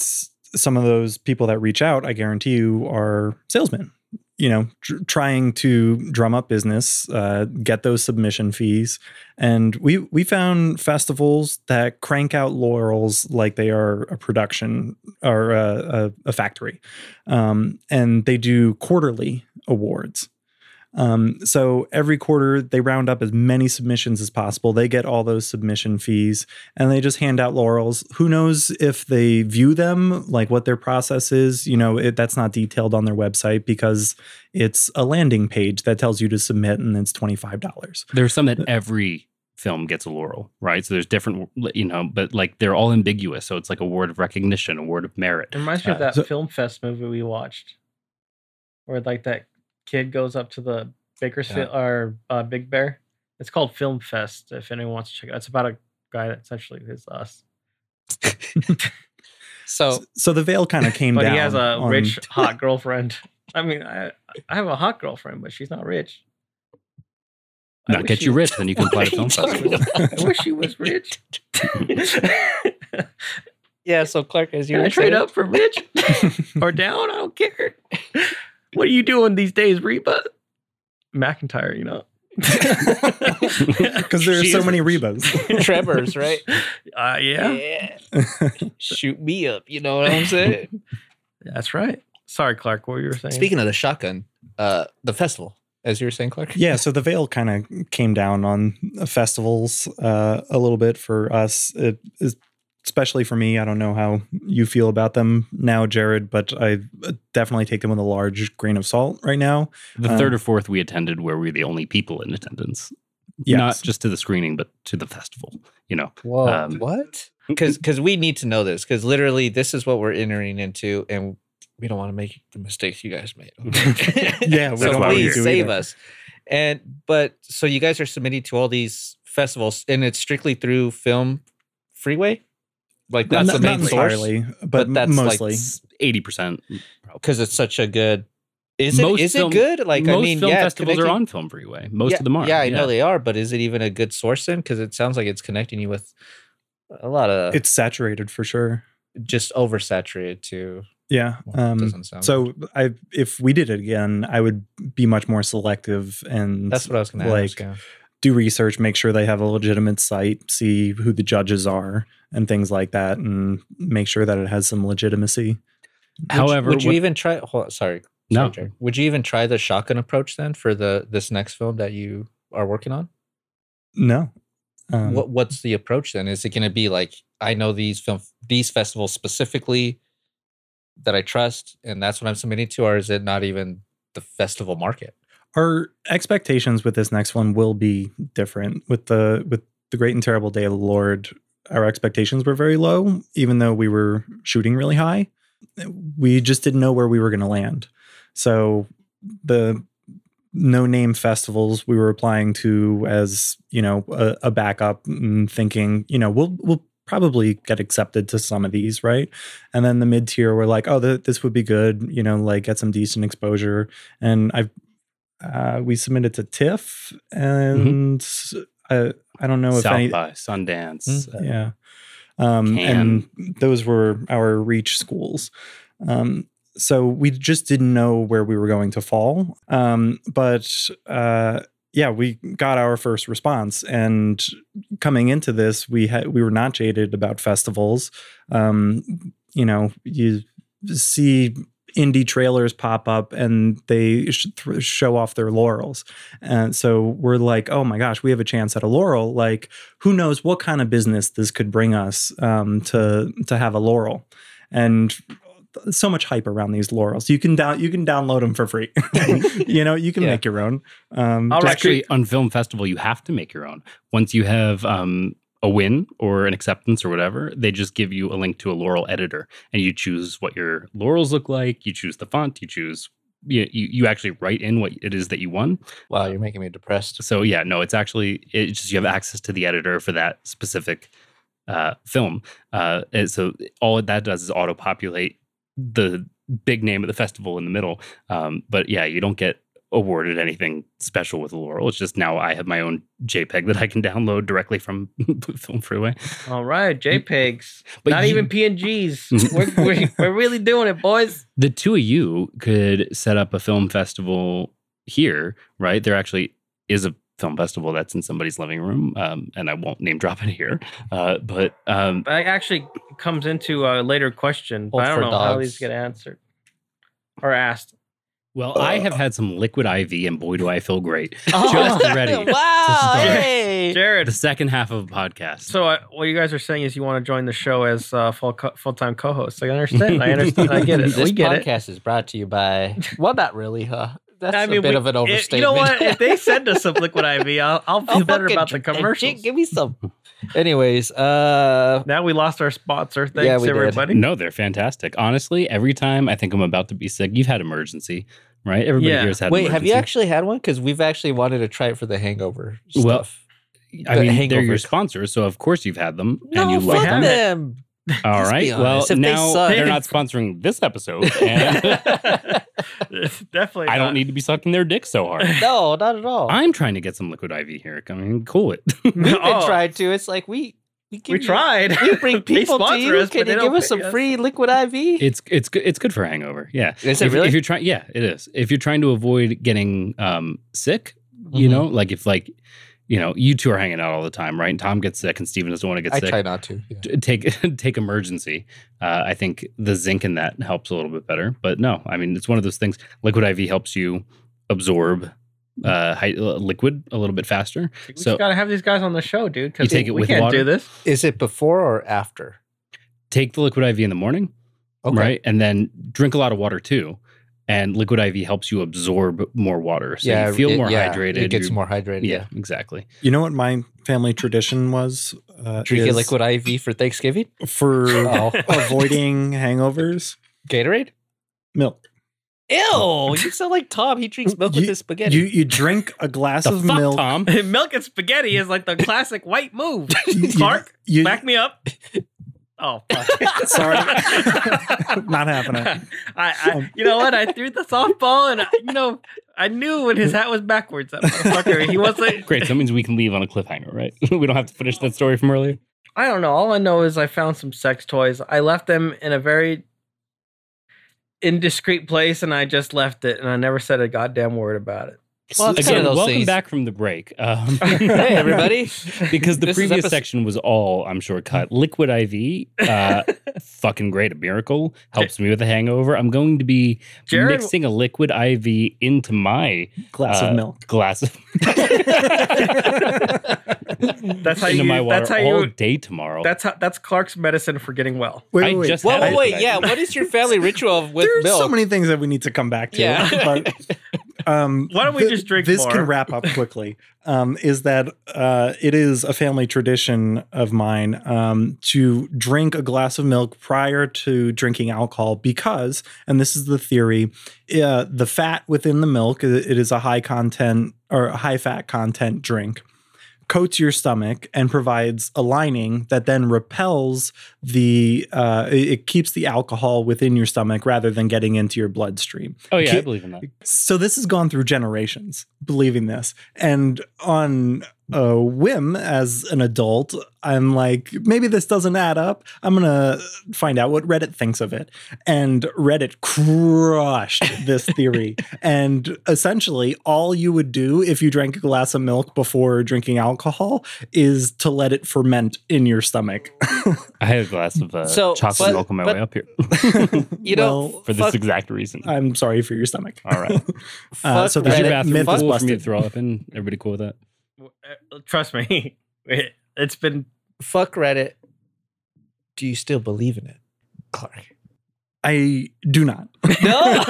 Speaker 3: some of those people that reach out, I guarantee you, are salesmen you know, tr- trying to drum up business, uh, get those submission fees, and we we found festivals that crank out laurels like they are a production or a, a, a factory, um, and they do quarterly awards. Um, so every quarter they round up as many submissions as possible. They get all those submission fees, and they just hand out laurels. Who knows if they view them, like what their process is? You know, it, that's not detailed on their website because it's a landing page that tells you to submit and it's $25.
Speaker 1: There's some that
Speaker 3: Uh,
Speaker 1: every film gets a laurel, right? So there's different, you know, but like they're all ambiguous. So it's like a word of recognition, a word of merit.
Speaker 2: It reminds me of
Speaker 1: Uh,
Speaker 2: that
Speaker 3: so-
Speaker 2: film fest movie we watched, where like that kid goes up to the Bakersfield or uh, Big Bear. It's called Film Fest. If anyone wants to check it, out. it's about a guy that essentially is us,
Speaker 4: So
Speaker 3: So the veil kind of came
Speaker 2: but
Speaker 3: down.
Speaker 2: he has a
Speaker 3: on-
Speaker 2: rich hot girlfriend. I mean, I I have a hot girlfriend, but she's not rich. I
Speaker 1: Now
Speaker 2: wish
Speaker 1: get
Speaker 2: she
Speaker 1: you
Speaker 2: was-
Speaker 1: rich, then you can apply to film festivals.
Speaker 2: I wish she was rich. Can
Speaker 4: yeah, so Clark, as
Speaker 2: I
Speaker 4: you were
Speaker 2: trade
Speaker 4: saying-
Speaker 2: up for rich or down? I don't care. What are you doing these days, Reba? McIntyre, you know.
Speaker 3: Because there are
Speaker 4: She
Speaker 3: so
Speaker 4: is
Speaker 3: many Rebos.
Speaker 4: Trevor's, right?
Speaker 2: Uh, yeah,
Speaker 4: shoot me up. You know what I'm saying?
Speaker 2: that's right. Sorry, Clark, what were you saying?
Speaker 4: Speaking of the shotgun, uh, the festival, as you were saying, Clark.
Speaker 3: yeah, so the veil kind of came down on festivals uh, a little bit for us, it is, especially for me. I don't know how you feel about them now, Jared, but I uh, definitely take them with a large grain of salt right now.
Speaker 1: The
Speaker 3: Um,
Speaker 1: third or fourth we attended where we were the only people in attendance.
Speaker 3: Yes.
Speaker 1: not just to the screening, but to the festival. You know,
Speaker 4: Whoa,
Speaker 1: Um,
Speaker 4: what? Because because we need to know this because literally this is what we're entering into, and we don't want to make the mistakes you guys made.
Speaker 3: Yeah, we
Speaker 4: so
Speaker 1: don't wanna
Speaker 4: please
Speaker 3: do
Speaker 4: save
Speaker 3: either.
Speaker 4: us. And but so you guys are submitting to all these festivals, and it's strictly through Film Freeway. Like that's
Speaker 3: not,
Speaker 4: the
Speaker 3: not
Speaker 4: main source,
Speaker 3: entirely, but,
Speaker 4: that's
Speaker 3: mostly.
Speaker 1: eighty percent.
Speaker 4: because it's such a good. Is it
Speaker 1: Most
Speaker 4: is
Speaker 1: film-
Speaker 4: it good? Like
Speaker 1: most
Speaker 4: I mean,
Speaker 1: film
Speaker 4: yeah, it's
Speaker 1: festivals are
Speaker 4: connecting-
Speaker 1: on Film Freeway. Most
Speaker 4: yeah,
Speaker 1: of them are.
Speaker 4: Yeah, I know they are, but is it even a good source then? Because it sounds like it's connecting you with a lot of
Speaker 3: it's saturated for sure.
Speaker 4: just oversaturated too.
Speaker 3: Yeah.
Speaker 4: Well,
Speaker 3: Um,
Speaker 4: doesn't sound
Speaker 3: so I, if we did it again, I would be much more selective and
Speaker 4: that's what I was going to
Speaker 3: like,
Speaker 4: ask. Yeah.
Speaker 3: do research, make sure they have a legitimate site, see who the judges are, and things like that, and make sure that it has some legitimacy.
Speaker 1: However,
Speaker 4: would you
Speaker 1: what-
Speaker 4: even try? Hold, sorry,
Speaker 1: No.
Speaker 4: sorry, Jared. Would you even try the shotgun approach then for the this next film that you are working on?
Speaker 3: No. Um,
Speaker 4: what What's the approach then? Is it going to be like I know these film these festivals specifically that I trust, and that's what I'm submitting to, or is it not even the festival market?
Speaker 3: our expectations with this next one will be different with the with the great and terrible day of the lord our expectations were very low even though we were shooting really high we just didn't know where we were going to land so the no name festivals we were applying to as you know a, a backup and thinking you know we'll we'll probably get accepted to some of these right and then the mid tier we're like oh th- this would be good you know like get some decent exposure and i've uh, we submitted to TIFF, and uh, I don't know if
Speaker 1: South
Speaker 3: any.
Speaker 1: by Sundance.
Speaker 4: Mm.
Speaker 1: uh,
Speaker 3: Yeah, um,
Speaker 1: Cannes.
Speaker 3: and those were our reach schools. Um, so we just didn't know where we were going to fall. Um, but uh, yeah, we got our first response, and coming into this, we had we were not jaded about festivals. Um, you know, you see indie trailers pop up and they sh- th- show off their laurels. And so we're like, oh my gosh, we have a chance at a laurel. Like, who knows what kind of business this could bring us um, to to have a laurel, and so much hype around these laurels. You can down you can download them for free. you know, you can
Speaker 4: Yeah.
Speaker 3: make your own. Um,
Speaker 2: All
Speaker 3: just-
Speaker 2: right.
Speaker 1: Actually, on film festival, you have to make your own. Once you have um, a win or an acceptance or whatever, they just give you a link to a Laurel editor, and you choose what your laurels look like. You choose the font. You choose. You, you, you actually write in what it is that you won.
Speaker 4: Wow, you're making me depressed.
Speaker 1: So yeah, no, it's actually it's just you have access to the editor for that specific uh, film. Uh, and so all that does is auto populate the big name of the festival in the middle. Um, but yeah, you don't get awarded anything special with Laurel. It's just now I have my own JPEG that I can download directly from Film Freeway.
Speaker 2: All right, JPEGs.
Speaker 1: But
Speaker 2: Not
Speaker 1: you-
Speaker 2: even PNGs. we're, we're, we're really doing it, boys.
Speaker 1: the two of you could set up a film festival here, right? There actually is a film festival that's in somebody's living room, um, and I won't name drop it here. Uh, but um,
Speaker 2: But it actually comes into a later question. But
Speaker 4: Hold
Speaker 2: I don't
Speaker 4: for
Speaker 2: know how
Speaker 4: dogs.
Speaker 2: these get answered or asked.
Speaker 1: well, I have had some liquid IV, and boy, do I feel great.
Speaker 2: Oh.
Speaker 1: Just ready. to
Speaker 4: wow,
Speaker 1: start
Speaker 4: hey.
Speaker 1: The
Speaker 2: Jared,
Speaker 1: second half of a podcast.
Speaker 2: so I, what you guys are saying is you want to join the show as uh, full co- full time co host. I understand. I understand. I get it.
Speaker 4: This
Speaker 2: we get it.
Speaker 4: podcast is brought to you by. Well, not really, huh? That's
Speaker 2: I mean,
Speaker 4: a bit
Speaker 2: we-
Speaker 4: of an
Speaker 2: If-
Speaker 4: overstatement.
Speaker 2: you know what? If they send us some liquid IV, I'll, I'll feel
Speaker 4: I'll
Speaker 2: better
Speaker 4: Oh, fucking
Speaker 2: about the
Speaker 4: drink it,
Speaker 2: commercials.
Speaker 4: Give me some. Anyways, uh,
Speaker 2: Now we lost our sponsor. Thanks,
Speaker 4: Yeah, we did.
Speaker 2: everybody.
Speaker 1: no, they're fantastic. Honestly, every time I think I'm about to be sick, you've had emergency, right? Everybody
Speaker 2: Yeah.
Speaker 1: here has had.
Speaker 4: wait, have you
Speaker 1: emergency.
Speaker 4: actually had one? Because we've actually wanted to try it for the hangover stuff.
Speaker 1: Well, I
Speaker 4: the
Speaker 1: mean, they're your
Speaker 4: hangovers?
Speaker 1: sponsors, so of course you've had them,
Speaker 4: no,
Speaker 1: and you love
Speaker 4: fuck
Speaker 1: them.
Speaker 2: it.
Speaker 4: them.
Speaker 1: All
Speaker 4: Let's be
Speaker 1: right. Well,
Speaker 4: honest. If they
Speaker 1: now
Speaker 4: suck-
Speaker 1: they are not sponsoring this episode, and
Speaker 2: Definitely.
Speaker 1: I
Speaker 2: not.
Speaker 1: don't need to be sucking their dick so hard.
Speaker 4: no, not at all.
Speaker 1: I'm trying to get some liquid IV here. I mean, cool it.
Speaker 4: We've been
Speaker 2: Oh,
Speaker 4: trying to. It's like we we, give
Speaker 2: We
Speaker 4: you-
Speaker 2: tried.
Speaker 4: We bring
Speaker 2: They
Speaker 4: people to
Speaker 2: sponsor
Speaker 4: you.
Speaker 2: us, but
Speaker 4: Can
Speaker 2: they
Speaker 4: you
Speaker 2: don't
Speaker 4: give us
Speaker 2: pay
Speaker 4: some
Speaker 2: us.
Speaker 4: free liquid IV?
Speaker 1: It's it's good. It's good for hangover. Yeah.
Speaker 4: Is it
Speaker 1: if,
Speaker 4: really?
Speaker 1: if you're trying, yeah, it is. If you're trying to avoid getting um sick, you
Speaker 4: Mhm.
Speaker 1: know, like if like, you know, you two are hanging out all the time, right? And Tom gets sick, and Steven doesn't want to get
Speaker 4: I
Speaker 1: sick.
Speaker 4: try not to. yeah.
Speaker 1: T- Take take emergency. Uh, I think the zinc in that helps a little bit better. But no, I mean, it's one of those things. Liquid IV helps you absorb uh hy- liquid a little bit faster.
Speaker 2: We
Speaker 1: So-
Speaker 2: just gotta have these guys on the show, dude.
Speaker 1: You
Speaker 2: Because
Speaker 1: take it
Speaker 2: we
Speaker 1: with
Speaker 2: can't
Speaker 1: water?
Speaker 2: do this.
Speaker 4: Is it before or after?
Speaker 1: Take the liquid IV in the morning. right? And then drink a lot of water too. and liquid IV helps you absorb more water, so you feel
Speaker 4: it-
Speaker 1: more
Speaker 4: yeah,
Speaker 1: hydrated.
Speaker 4: It gets
Speaker 1: you-
Speaker 4: more hydrated.
Speaker 1: Yeah, exactly.
Speaker 3: You know what my family tradition was? Uh,
Speaker 4: Drink it
Speaker 3: is
Speaker 4: liquid IV for Thanksgiving.
Speaker 3: for
Speaker 4: Oh,
Speaker 3: avoiding hangovers.
Speaker 4: Gatorade.
Speaker 3: Milk.
Speaker 4: Ew! You sound like Tom. He drinks milk with
Speaker 3: You-
Speaker 4: his spaghetti.
Speaker 3: You you drink a glass
Speaker 1: The
Speaker 3: of
Speaker 1: fuck,
Speaker 3: milk.
Speaker 1: Tom.
Speaker 2: Milk and spaghetti is like the classic white move.
Speaker 3: You-
Speaker 2: Clark,
Speaker 3: you,
Speaker 2: back me up. Oh, fuck.
Speaker 3: sorry, not happening.
Speaker 2: I, I, you know what? I threw the softball, and you know, I knew when his hat was backwards. That motherfucker. He wasn't.
Speaker 1: Great. That means we can leave on a cliffhanger, right? we don't have to finish that story from earlier.
Speaker 2: I don't know. All I know is I found some sex toys. I left them in a very indiscreet place, and I just left it, and I never said a goddamn word about it.
Speaker 4: Well, it's kind
Speaker 1: Again,
Speaker 4: of those
Speaker 1: welcome
Speaker 4: things-
Speaker 1: back from the break. Um,
Speaker 4: hey, everybody.
Speaker 1: because the
Speaker 4: This is
Speaker 1: previous
Speaker 4: episode-
Speaker 1: section was all I'm sure cut. Liquid IV, uh, fucking great, a miracle helps me with a hangover. I'm going to be
Speaker 2: Jared,
Speaker 1: mixing a liquid IV into my
Speaker 3: Glass
Speaker 1: Uh,
Speaker 3: of milk.
Speaker 1: glass of
Speaker 2: That's how
Speaker 1: into
Speaker 2: you-
Speaker 1: my water
Speaker 2: that's how you-
Speaker 1: all day tomorrow.
Speaker 2: that's how, that's Clark's medicine for getting well.
Speaker 1: I just
Speaker 4: Whoa,
Speaker 1: had
Speaker 4: whoa,
Speaker 1: it.
Speaker 4: wait. Yeah. What is your family ritual of with
Speaker 3: There's
Speaker 4: milk?
Speaker 3: so many things that we need to come back to.
Speaker 4: Yeah.
Speaker 3: But, um,
Speaker 2: Why don't we
Speaker 3: thi-
Speaker 2: just drink
Speaker 3: This
Speaker 2: more?
Speaker 3: can wrap up quickly. um, is that uh, it is a family tradition of mine um, to drink a glass of milk prior to drinking alcohol because, and this is the theory, uh, the fat within the milk i- it is a high content or a high fat content drink. Coats your stomach and provides a lining that then repels the. Uh, it it keeps the alcohol within your stomach rather than getting into your bloodstream.
Speaker 1: Oh yeah, I
Speaker 3: Ki-
Speaker 1: believe in that.
Speaker 3: So this has gone through generations believing this. And on a whim as an adult, I'm like, maybe this doesn't add up. I'm going to find out what Reddit thinks of it. And Reddit crushed this theory. and essentially, all you would do if you drank a glass of milk before drinking alcohol is to let it ferment in your stomach.
Speaker 1: I had a glass of uh,
Speaker 4: So,
Speaker 1: chocolate
Speaker 4: but-
Speaker 1: milk on my
Speaker 4: but-
Speaker 1: way up here
Speaker 4: You know,
Speaker 3: Well,
Speaker 1: for this
Speaker 4: fuck,
Speaker 1: exact reason.
Speaker 3: I'm sorry for your stomach.
Speaker 1: all right,
Speaker 3: Uh,
Speaker 4: fuck
Speaker 3: so
Speaker 1: is
Speaker 3: there's
Speaker 1: your
Speaker 4: Reddit.
Speaker 1: bathroom
Speaker 3: myth was
Speaker 1: full for me to
Speaker 3: busted.
Speaker 1: throw up in? Everybody cool with that?
Speaker 2: Uh, Trust me, it, has been.
Speaker 4: fuck Reddit. Do you still believe in it, Clark?
Speaker 3: I do not.
Speaker 4: No.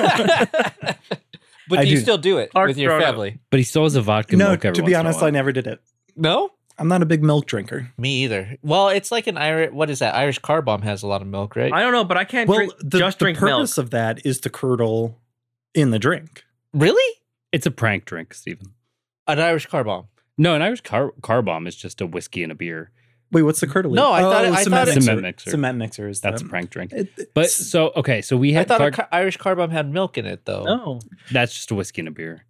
Speaker 4: but
Speaker 3: I
Speaker 4: do you
Speaker 3: do.
Speaker 4: still do it
Speaker 2: Clark's
Speaker 4: with your
Speaker 2: grown up.
Speaker 4: family?
Speaker 1: But he still has a vodka
Speaker 3: no,
Speaker 1: milk. Every
Speaker 3: to be honest, I never did it.
Speaker 4: No.
Speaker 3: I'm not a big milk drinker.
Speaker 4: Me either. Well, it's like an Irish. What is that? Irish car bomb has a lot of milk, right?
Speaker 2: I don't know, but I can't
Speaker 3: Well,
Speaker 2: drink,
Speaker 3: the,
Speaker 2: just
Speaker 3: the
Speaker 2: drink milk.
Speaker 3: purpose of that is to curdle in the drink.
Speaker 4: really?
Speaker 1: it's a prank drink, Stephen.
Speaker 4: An Irish car bomb.
Speaker 1: No, an Irish car car bomb is just a whiskey and a beer.
Speaker 3: Wait, what's the curdling?
Speaker 4: Mm.
Speaker 3: Oh,
Speaker 4: No, I thought it- I
Speaker 3: cement
Speaker 4: thought it-
Speaker 3: mixer.
Speaker 1: Cement mixer.
Speaker 3: Cement mixer is
Speaker 1: That's
Speaker 3: the,
Speaker 1: a prank drink.
Speaker 3: It,
Speaker 1: But
Speaker 3: it's-
Speaker 1: so okay, so we
Speaker 4: I
Speaker 1: had
Speaker 4: thought
Speaker 1: car-
Speaker 4: a car- Irish car bomb had milk in it, though.
Speaker 2: No,
Speaker 1: that's just a whiskey and a beer,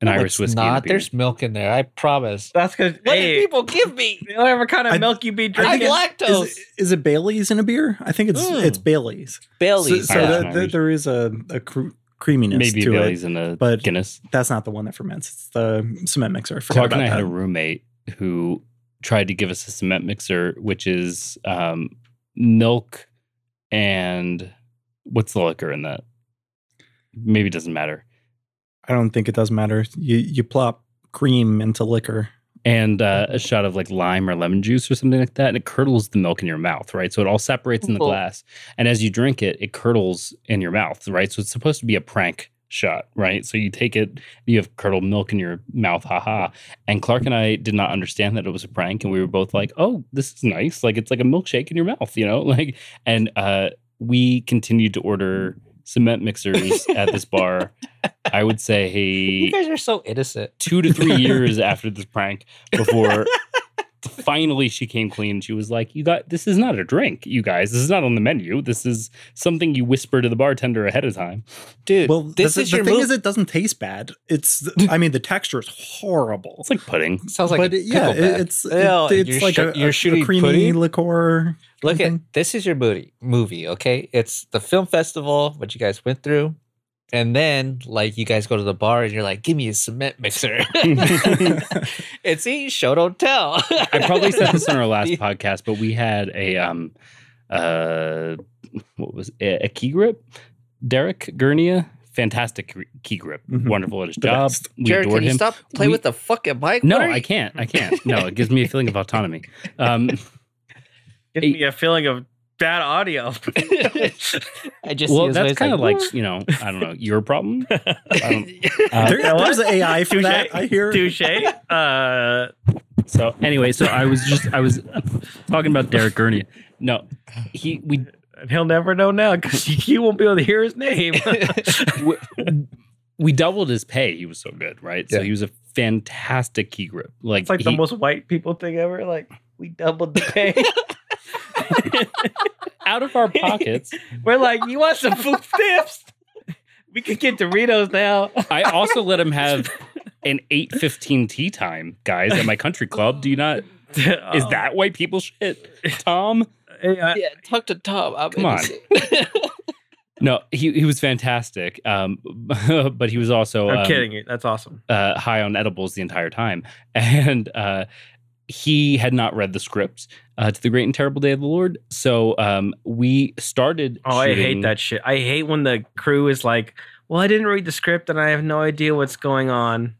Speaker 1: an
Speaker 4: No,
Speaker 1: Irish
Speaker 4: it's
Speaker 1: whiskey. And a
Speaker 4: Not.
Speaker 1: beer.
Speaker 4: There's milk in there. I promise.
Speaker 2: that's because
Speaker 4: What
Speaker 2: hey,
Speaker 4: did people give me?
Speaker 2: whatever kind of
Speaker 3: I-
Speaker 2: milk you be
Speaker 4: I
Speaker 2: drinking.
Speaker 4: lactose.
Speaker 3: is, is it Bailey's in a beer? I think it's
Speaker 4: Mm.
Speaker 3: it's Bailey's.
Speaker 4: Bailey's.
Speaker 3: So, so
Speaker 4: yeah.
Speaker 1: that-
Speaker 3: the- the- there is a, a cr- creaminess
Speaker 1: maybe
Speaker 3: to
Speaker 1: Bailey's
Speaker 3: it.
Speaker 1: and a
Speaker 3: but-
Speaker 1: Guinness.
Speaker 3: That's not the one that ferments. It's the cement mixer. I forgot
Speaker 1: Clark
Speaker 3: about
Speaker 1: and I
Speaker 3: that.
Speaker 1: had a roommate who tried to give us a cement mixer, which is um, milk and what's the liquor in that? Maybe it doesn't matter.
Speaker 3: I don't think it does matter. You you plop cream into liquor.
Speaker 1: And uh, a shot of like lime or lemon juice or something like that, and it curdles the milk in your mouth, right? So it all separates in the
Speaker 4: Cool.
Speaker 1: glass, and as you drink it, it curdles in your mouth, right? So it's supposed to be a prank shot, right? So you take it, you have curdled milk in your mouth, haha. And Clark and I did not understand that it was a prank, and we were both like, "Oh, this is nice! Like it's like a milkshake in your mouth, you know." Like, and uh, we continued to order cement mixers at this bar. I would
Speaker 4: you
Speaker 1: say
Speaker 4: guys are so innocent.
Speaker 1: two to three years after this prank before. Finally, she came clean. She was like, "You got this is not a drink, you guys. This is not on the menu. This is something you whisper to the bartender ahead of time."
Speaker 4: Dude,
Speaker 3: Well,
Speaker 4: this
Speaker 3: the,
Speaker 4: is
Speaker 3: the
Speaker 4: your
Speaker 3: thing
Speaker 4: move.
Speaker 3: is, it doesn't taste bad. It's I mean, the texture is horrible.
Speaker 1: It's like pudding.
Speaker 4: Sounds like
Speaker 3: but
Speaker 4: a
Speaker 3: it- yeah,
Speaker 4: pickle
Speaker 3: it-
Speaker 4: bag.
Speaker 3: it's it-
Speaker 4: Ew, and
Speaker 3: it's
Speaker 4: you're
Speaker 3: like
Speaker 4: sho-
Speaker 3: a,
Speaker 4: you're
Speaker 3: a,
Speaker 4: shooting
Speaker 3: a creamy
Speaker 4: pudding?
Speaker 3: liquor.
Speaker 4: Look
Speaker 3: Mhm.
Speaker 4: at this is your booty movie, okay? It's the film festival, what you guys went through. And then like you guys go to the bar and you're like, give me a cement mixer. and see, show don't tell.
Speaker 1: I probably said this on our last
Speaker 4: Yeah.
Speaker 1: podcast, but we had a um uh what was it? a key grip? Derek Gurnia, fantastic key- key grip,
Speaker 3: Mhm.
Speaker 1: wonderful at his
Speaker 3: The
Speaker 1: job.
Speaker 3: best.
Speaker 1: We
Speaker 4: Mm-hmm. Jared,
Speaker 1: adored
Speaker 4: can you
Speaker 1: him.
Speaker 4: stop playing
Speaker 1: We-
Speaker 4: with the fucking mic?
Speaker 1: No,
Speaker 4: What are
Speaker 1: I
Speaker 4: you-
Speaker 1: can't. I can't. No, it gives me a feeling of autonomy. Um,
Speaker 2: Gives me a feeling of bad audio.
Speaker 4: I just
Speaker 1: well,
Speaker 4: see his
Speaker 1: that's
Speaker 4: face
Speaker 1: kind of like,
Speaker 4: "Whoa."
Speaker 1: you know, I don't know, your problem. I don't-
Speaker 3: Uh, there-
Speaker 2: You know what?
Speaker 3: there's the AI for
Speaker 2: Touche.
Speaker 3: that. I hear.
Speaker 2: Touche. Uh,
Speaker 1: So anyway, so I was just I was talking about Derek Gurney. No, he we
Speaker 2: and he'll never know now because you won't be able to hear his name.
Speaker 1: we, we doubled his pay. He was so good, right? So
Speaker 4: Yeah.
Speaker 1: he was a fantastic key grip. Like,
Speaker 2: It's like the
Speaker 1: he-
Speaker 2: most white people thing ever. Like we doubled the pay.
Speaker 1: out of our pockets.
Speaker 2: We're like, you want some food tips? We can get Doritos now.
Speaker 1: I also let him have an eight fifteen tea time, guys, at my country club. Do you not?
Speaker 2: Oh.
Speaker 1: Is that white people shit, Tom?
Speaker 2: Yeah,
Speaker 4: yeah, talk to Tom. I'm
Speaker 1: Come on.
Speaker 4: innocent.
Speaker 1: No, he he was fantastic. Um, but he was also
Speaker 2: I'm
Speaker 1: um,
Speaker 2: kidding you. That's awesome.
Speaker 1: uh, high on edibles the entire time. And uh, he had not read the script uh, to The Great and Terrible Day of the Lord. So um, we started.
Speaker 2: Oh, I hate
Speaker 1: shooting-
Speaker 2: that shit. I hate when the crew is like, "Well, I didn't read the script and I have no idea what's going on."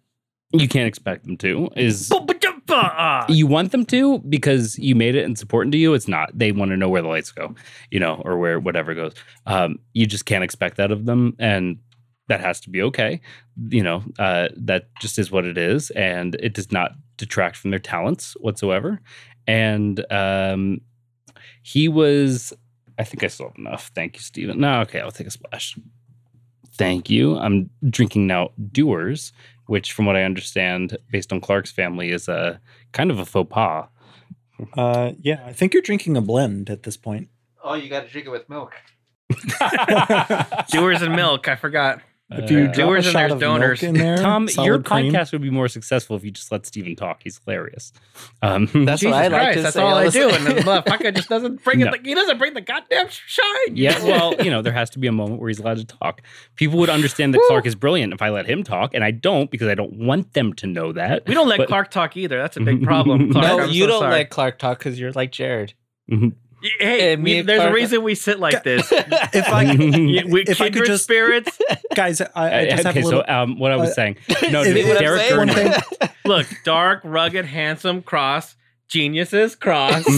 Speaker 1: You can't expect them to. Is
Speaker 2: Ba-ba-da-ba!
Speaker 1: you want them to because you made it and it's important to you. It's not. They want to know where the lights go, you know, or where whatever goes. Um, you just can't expect that of them, and that has to be okay. You know, uh, that just is what it is, and it does not detract from their talents whatsoever. And um, he was. I think I still have enough. Thank you, Steven. No, okay, I'll take a splash. Thank you. I'm drinking now Doers, which, from what I understand, based on Clark's family, is a kind of a faux pas.
Speaker 3: Uh, yeah, I think you're drinking a blend at this point.
Speaker 5: Oh, you got to drink it with milk.
Speaker 2: Doers and milk. I forgot.
Speaker 3: If you
Speaker 1: Uh,
Speaker 3: drop a
Speaker 2: Doers and
Speaker 3: shot
Speaker 2: there's
Speaker 3: of
Speaker 2: donors.
Speaker 3: milk in there,
Speaker 1: Tom,
Speaker 3: solid
Speaker 1: your
Speaker 3: cream.
Speaker 1: podcast would be more successful if you just let Steven talk. He's hilarious. Um,
Speaker 4: That's what I like to
Speaker 2: that's
Speaker 4: say.
Speaker 2: all I
Speaker 4: honestly.
Speaker 2: do. And the motherfucker just doesn't bring
Speaker 1: No.
Speaker 2: it. He doesn't bring the goddamn shine. you
Speaker 1: yeah,
Speaker 2: know?
Speaker 1: well, you know, there has to be a moment where he's allowed to talk. People would understand that
Speaker 2: Woo.
Speaker 1: Clark is brilliant if I let him talk, and I don't because I don't want them to know that.
Speaker 2: we don't let
Speaker 1: But-
Speaker 2: Clark talk either. That's a big problem. Clark,
Speaker 4: no,
Speaker 2: I'm
Speaker 4: you
Speaker 2: so
Speaker 4: don't
Speaker 2: sorry.
Speaker 4: let Clark talk because you're like Jared.
Speaker 2: Hey,
Speaker 4: And me
Speaker 2: we-
Speaker 4: and
Speaker 2: there's
Speaker 4: Clark-
Speaker 2: a reason we sit like this.
Speaker 3: If I,
Speaker 2: You- we
Speaker 3: If I could
Speaker 2: kindred
Speaker 3: just-
Speaker 2: spirits.
Speaker 3: guys, I, I just have
Speaker 1: okay,
Speaker 3: a little.
Speaker 1: so um, what I was
Speaker 3: uh,
Speaker 1: saying, no,
Speaker 3: If-
Speaker 4: See what I'm
Speaker 1: Derek
Speaker 4: saying?
Speaker 1: Gurney.
Speaker 2: Look, dark, rugged, handsome, cross, geniuses, cross.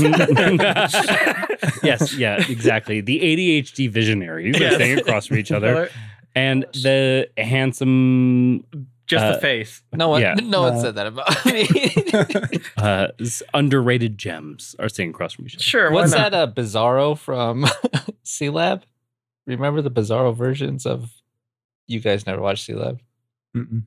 Speaker 1: yes, yeah, exactly. The ADHD visionaries are
Speaker 2: Yes.
Speaker 1: staying across from each other, and the handsome
Speaker 2: Just
Speaker 1: Uh,
Speaker 2: the face.
Speaker 4: No one,
Speaker 1: Yeah.
Speaker 4: no one
Speaker 3: Uh,
Speaker 4: said that about me.
Speaker 1: uh, s- underrated gems are sitting across from each other.
Speaker 2: Sure. why
Speaker 4: What's
Speaker 2: not?
Speaker 4: that? Uh, Bizarro from C Lab. Remember the Bizarro versions of? You guys never watched C Lab.
Speaker 3: Mm-mm.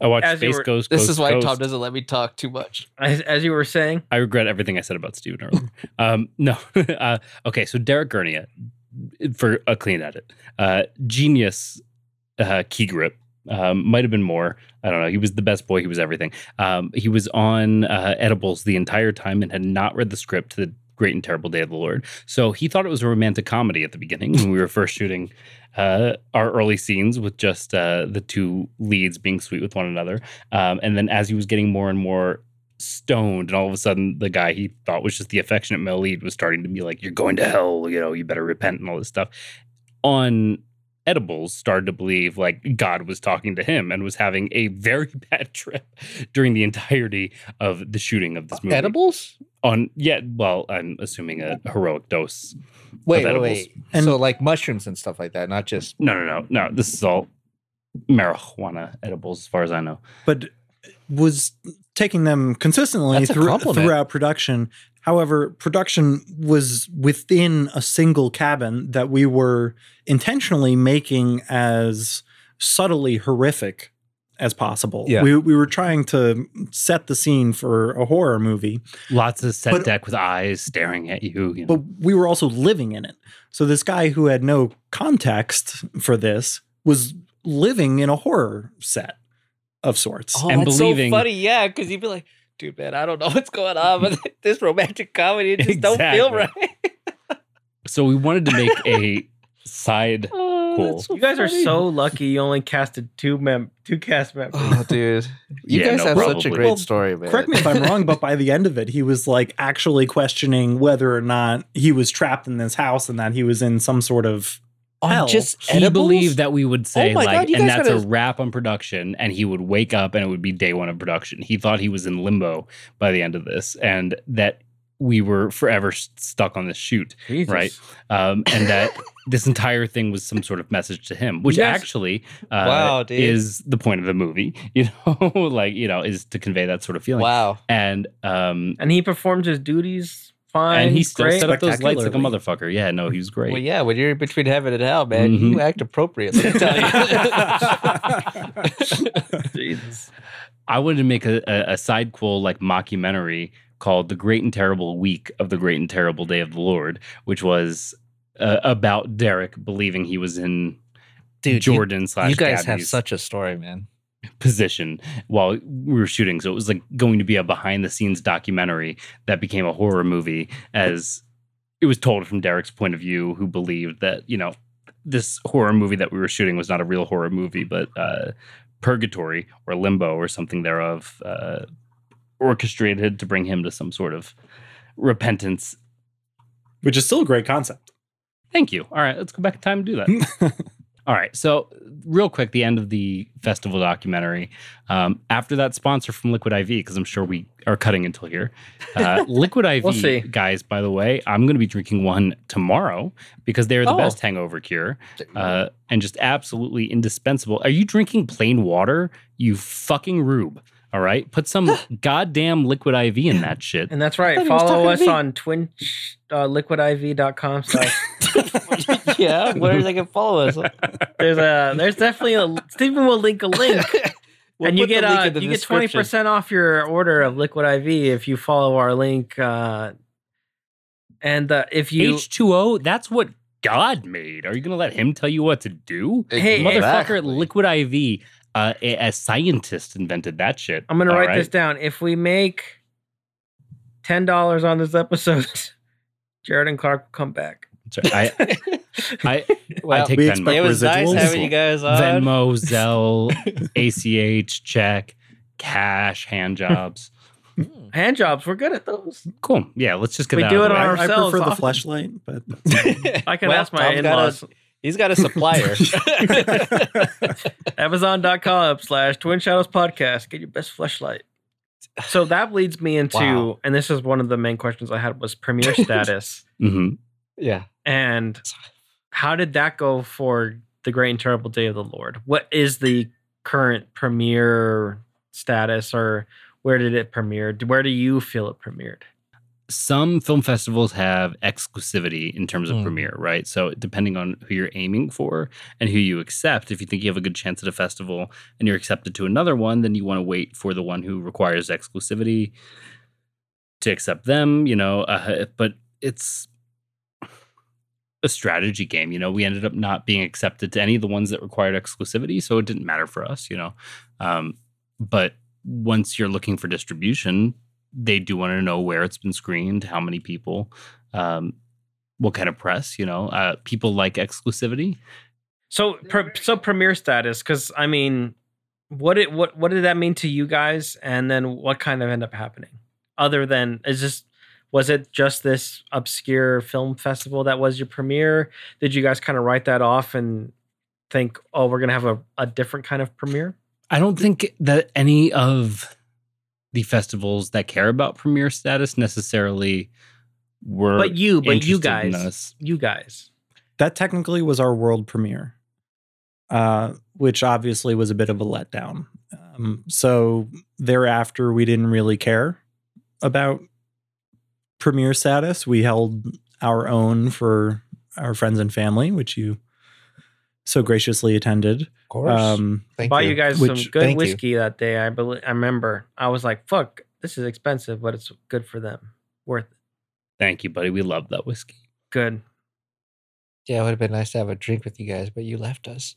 Speaker 1: I watched
Speaker 2: As you
Speaker 1: Space
Speaker 2: were-
Speaker 1: Ghost.
Speaker 4: This
Speaker 1: Ghost,
Speaker 4: is why
Speaker 1: Ghost.
Speaker 4: Tom doesn't let me talk too much.
Speaker 2: As, as you were saying,
Speaker 1: I regret everything I said about Steven earlier. um, no. uh, okay, so Derek Gurnia, for a clean edit, uh, genius uh, key grip. Um, might have been more. I don't know. He was the best boy. He was everything. Um, he was on uh, edibles the entire time and had not read the script to the Great and Terrible Day of the Lord. So he thought it was a romantic comedy at the beginning when we were first shooting uh, our early scenes with just uh, the two leads being sweet with one another. Um, and then as he was getting more and more stoned, and all of a sudden the guy he thought was just the affectionate male lead was starting to be like, "You're going to hell," you know, "You better repent," and all this stuff. On edibles, started to believe like God was talking to him and was having a very bad trip during the entirety of the shooting of this movie.
Speaker 4: Edibles?
Speaker 1: on yeah, well, I'm assuming a heroic dose.
Speaker 4: Wait, wait,
Speaker 1: edibles.
Speaker 4: wait.
Speaker 3: And-
Speaker 4: so like mushrooms and stuff like that, not just.
Speaker 1: No, no, no, no. This is all marijuana edibles, as far as I know.
Speaker 3: But was taking them consistently
Speaker 4: That's a
Speaker 3: through,
Speaker 4: compliment.
Speaker 3: throughout production. However, production was within a single cabin that we were intentionally making as subtly horrific as possible.
Speaker 4: Yeah.
Speaker 3: We, we were trying to set the scene for a horror movie,
Speaker 1: Lots of set
Speaker 3: But-
Speaker 1: deck with eyes staring at you. you know.
Speaker 3: but we were also living in it. So this guy who had no context for this was living in a horror set of sorts.
Speaker 4: Oh,
Speaker 1: And
Speaker 4: that's
Speaker 1: believing-
Speaker 4: so funny, yeah, because you'd be like, "Dude, man, I don't know what's going on, but this romantic comedy it just don't feel
Speaker 1: Exactly.
Speaker 4: right."
Speaker 1: So we wanted to make a side.
Speaker 4: Oh,
Speaker 1: Cool.
Speaker 4: that's so
Speaker 2: you guys are
Speaker 4: funny.
Speaker 2: so lucky. You only casted two mem, two cast members.
Speaker 4: Oh, dude, you
Speaker 1: Yeah,
Speaker 4: guys
Speaker 1: no,
Speaker 4: have such
Speaker 1: probably.
Speaker 4: a great
Speaker 3: Well,
Speaker 4: story, man.
Speaker 3: Correct me if I'm wrong, but by the end of it, he was like actually questioning whether or not he was trapped in this house and that he was in some sort of
Speaker 4: On
Speaker 3: hell.
Speaker 4: just
Speaker 1: He
Speaker 4: edibles?
Speaker 1: believed that we would say
Speaker 4: Oh my God,
Speaker 1: like,
Speaker 4: you
Speaker 1: and
Speaker 4: guys
Speaker 1: that's a
Speaker 4: gotta-
Speaker 1: wrap on production, and he would wake up and it would be day one of production. He thought he was in limbo by the end of this, and that we were forever s- stuck on this shoot,
Speaker 2: Jesus.
Speaker 1: Right. um, and that this entire thing was some sort of message to him, which
Speaker 2: Yes.
Speaker 1: actually uh,
Speaker 4: Wow, dude.
Speaker 1: is the point of the movie. You know, like you know, is to convey that sort of feeling.
Speaker 4: wow.
Speaker 1: And um,
Speaker 2: And he performed his duties fine.
Speaker 1: and he still
Speaker 2: great.
Speaker 1: set up those lights like a
Speaker 3: Spectacularly.
Speaker 1: motherfucker. Yeah, no, he was great.
Speaker 4: Well, yeah, when you're between heaven and hell, man, you act appropriate. Let me tell you.
Speaker 2: Jesus.
Speaker 1: I wanted to make a, a, a side quel like mockumentary called "The Great and Terrible Week of the Great and Terrible Day of the Lord," which was uh, about Derek believing he was in
Speaker 4: Dude, you-
Speaker 1: Jordan slash
Speaker 4: you guys have
Speaker 1: Gabby's
Speaker 4: such a story, man.
Speaker 1: position while we were shooting, so it was like going to be a behind the scenes documentary that became a horror movie as it was told from Derek's point of view, who believed that you know this horror movie that we were shooting was not a real horror movie, but uh, purgatory or limbo or something thereof, uh, orchestrated to bring him to some sort of repentance.
Speaker 3: Which is still a great concept.
Speaker 1: Thank you. All right, let's go back in time and do that. All right. So, real quick, the end of the festival documentary. Um, after that sponsor from Liquid IV, because I'm sure we are cutting until here. Uh, Liquid IV,
Speaker 2: We'll see.
Speaker 1: guys, by the way, I'm going to be drinking one tomorrow because they're the
Speaker 4: Oh.
Speaker 1: best hangover cure uh, and just absolutely indispensable. Are you drinking plain water? You fucking rube. All right. Put some goddamn Liquid IV in that shit.
Speaker 2: And that's right.
Speaker 4: I thought he was
Speaker 2: Follow
Speaker 4: talking to
Speaker 2: us
Speaker 4: me.
Speaker 2: on Twitch, uh, liquidiv.com. slash-
Speaker 4: yeah, where they can follow us.
Speaker 2: There's a there's definitely a Stephen will link a link,
Speaker 4: We'll
Speaker 2: and you
Speaker 4: put the
Speaker 2: get
Speaker 4: link
Speaker 2: uh,
Speaker 4: in the
Speaker 2: you get twenty
Speaker 4: description.
Speaker 2: percent off your order of Liquid IV if you follow our link. Uh, and uh, if you
Speaker 1: H2O, that's what God made. Are you going to let him tell you what to do?
Speaker 2: Hey,
Speaker 1: motherfucker
Speaker 4: Exactly.
Speaker 1: liquid iv uh, a, a scientist invented that shit
Speaker 2: I'm gonna
Speaker 1: All
Speaker 2: write
Speaker 1: right?
Speaker 2: this down. If we make ten dollars on this episode, Jared and Clark will come back.
Speaker 1: Sorry, I, I, I
Speaker 4: Well,
Speaker 1: take
Speaker 3: we
Speaker 1: venmo
Speaker 3: expect
Speaker 4: it was nice
Speaker 3: residuals.
Speaker 4: having you guys on.
Speaker 1: venmo zelle ach check cash hand jobs
Speaker 4: Hmm.
Speaker 2: Hand jobs, we're good at those.
Speaker 1: cool yeah let's just get
Speaker 2: We
Speaker 1: that
Speaker 2: do
Speaker 1: out
Speaker 2: it
Speaker 1: of
Speaker 2: on
Speaker 1: the way.
Speaker 2: our-
Speaker 3: I, I
Speaker 2: Ourselves
Speaker 3: prefer the
Speaker 2: often.
Speaker 3: fleshlight, but
Speaker 2: I can
Speaker 4: Well,
Speaker 2: ask my
Speaker 4: Tom's
Speaker 2: in
Speaker 4: got a-
Speaker 2: laws.
Speaker 4: He's got a supplier.
Speaker 2: Amazon.com slash Twin Shadows Podcast. Get your best flashlight. So that leads me into,
Speaker 4: Wow.
Speaker 2: and this is one of the main questions I had was premiere status.
Speaker 1: Mhm.
Speaker 4: yeah.
Speaker 2: and how did that go for The Great and Terrible Day of the Lord? What is the current premiere status or where did it premiere? Where do you feel it premiered?
Speaker 1: some film festivals have exclusivity in terms of
Speaker 4: Mm.
Speaker 1: premiere right so depending on who you're aiming for and who you accept if you think you have a good chance at a festival and you're accepted to another one then you want to wait for the one who requires exclusivity to accept them, you know, uh, but it's a strategy game, you know. We ended up not being accepted to any of the ones that required exclusivity, so it didn't matter for us, you know. Um, but once you're looking for distribution, they do want to know where it's been screened, how many people, um, what kind of press, you know. Uh, people like exclusivity.
Speaker 2: So, pre- so premiere status, because I mean, what it what what did that mean to you guys, and then what kind of end up happening? Other than is this was it just this obscure film festival that was your premiere? Did you guys kind of write that off and think, oh, we're gonna have a, a different kind of premiere?
Speaker 1: I don't think that any of the festivals that care about premiere status necessarily were.
Speaker 2: But you, but you
Speaker 1: interested in
Speaker 2: guys,
Speaker 1: us.
Speaker 2: you guys,
Speaker 3: that technically was our world premiere, uh, which obviously was a bit of a letdown. Um, so thereafter, we didn't really care about premiere status. We held our own for our friends and family, which you so graciously attended.
Speaker 4: Of course.
Speaker 3: Um,
Speaker 4: Thank
Speaker 2: buy you, guys
Speaker 3: Which-
Speaker 2: some good
Speaker 4: thank you.
Speaker 2: whiskey that day. I believe I remember. I was like, fuck, this is expensive, but it's good for them, worth it.
Speaker 1: Thank you, buddy. We love that whiskey.
Speaker 2: good.
Speaker 4: Yeah, it would have been nice to have a drink with you guys, but you left us.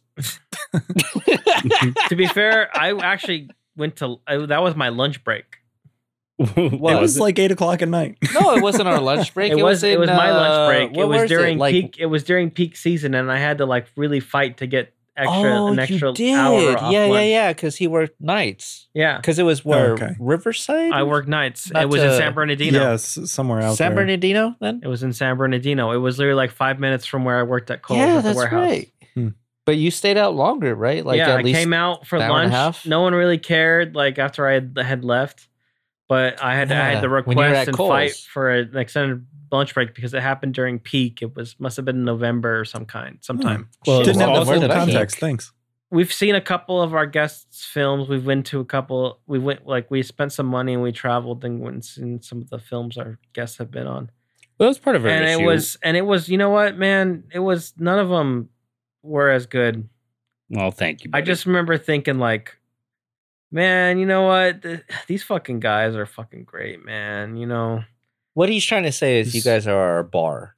Speaker 2: to be fair, I actually went to I, that was my lunch break.
Speaker 3: it
Speaker 4: Well,
Speaker 3: was
Speaker 4: is it-
Speaker 3: like eight o'clock at night.
Speaker 4: no, it wasn't our lunch break.
Speaker 2: It, was it
Speaker 4: in,
Speaker 2: was my
Speaker 4: uh,
Speaker 2: lunch break.
Speaker 4: what
Speaker 2: It was, during
Speaker 4: Like,
Speaker 2: peak. It was during peak season, and I had to like really fight to get extra
Speaker 4: oh,
Speaker 2: an extra
Speaker 4: you did.
Speaker 2: hour off.
Speaker 4: yeah, yeah,
Speaker 2: lunch.
Speaker 4: yeah. Because he worked nights.
Speaker 2: yeah.
Speaker 4: Because it was where
Speaker 3: okay.
Speaker 4: Riverside.
Speaker 2: I worked nights.
Speaker 4: Not
Speaker 2: it was in
Speaker 4: to-
Speaker 2: San Bernardino.
Speaker 3: Yes, somewhere out
Speaker 4: San
Speaker 3: there.
Speaker 4: Bernardino. Then.
Speaker 2: It was in San Bernardino. It was literally like five minutes from where I worked at Kohl's
Speaker 4: yeah,
Speaker 2: at the
Speaker 4: that's
Speaker 2: warehouse.
Speaker 4: right.
Speaker 3: Hmm.
Speaker 4: But you stayed out longer, right? Like
Speaker 2: yeah,
Speaker 4: at
Speaker 2: I
Speaker 4: least
Speaker 2: came out for
Speaker 4: an hour
Speaker 2: lunch.
Speaker 4: and a half?
Speaker 2: No one really cared. Like after I had, had left, But I had I
Speaker 4: Yeah,
Speaker 2: had to
Speaker 4: when you were
Speaker 2: request
Speaker 4: at
Speaker 2: and fight
Speaker 4: Kohl's.
Speaker 2: for an extended lunch break because it happened during peak. It was must have been November or some kind,
Speaker 4: Hmm.
Speaker 2: sometime.
Speaker 1: Well,
Speaker 3: Hmm. Didn't
Speaker 4: well,
Speaker 3: have the
Speaker 4: where
Speaker 3: full
Speaker 4: did I think?
Speaker 3: context. Thanks.
Speaker 2: We've seen a couple of our guests' films. We've went to a couple. We went like we spent some money and we traveled and went and seen some of the films our guests have been on.
Speaker 1: Well, that was part of our
Speaker 2: and
Speaker 1: issue.
Speaker 2: it was and it was you know what man, it was none of them were as good.
Speaker 1: well, thank you.
Speaker 2: I
Speaker 1: buddy.
Speaker 2: just remember thinking like, man, you know what? Th- These fucking guys are fucking great, man. You know,
Speaker 4: What he's trying to say is you
Speaker 3: He's-
Speaker 4: guys are our bar,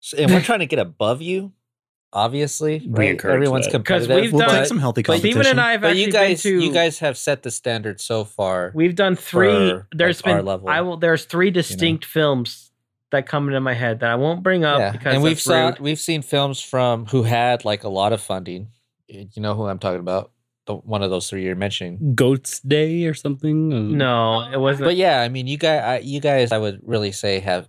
Speaker 4: So- and we're trying to get above you. Obviously,
Speaker 1: We
Speaker 4: right?
Speaker 1: encourage
Speaker 4: everyone's
Speaker 2: 'Cause
Speaker 1: that.
Speaker 4: competitive.
Speaker 2: we've
Speaker 3: We'll
Speaker 2: done-
Speaker 3: take some healthy
Speaker 4: but
Speaker 3: competition.
Speaker 2: Steven and I have
Speaker 4: but
Speaker 2: actually
Speaker 4: you guys,
Speaker 2: been to.
Speaker 4: you guys have set the standard so far.
Speaker 2: we've done three.
Speaker 4: for,
Speaker 2: There's
Speaker 4: like, our
Speaker 2: been.
Speaker 4: level,
Speaker 2: I will. There's three distinct films that come into my head that I won't bring up because
Speaker 4: and we've
Speaker 2: that's
Speaker 4: saw,
Speaker 2: rude.
Speaker 4: we've seen films from who had like a lot of funding. You know who I'm talking about? The one of those three you're mentioning.
Speaker 1: Goats Day or something. Uh,
Speaker 2: No, it wasn't.
Speaker 4: But yeah, I mean, you guys, I, you guys, I would really say have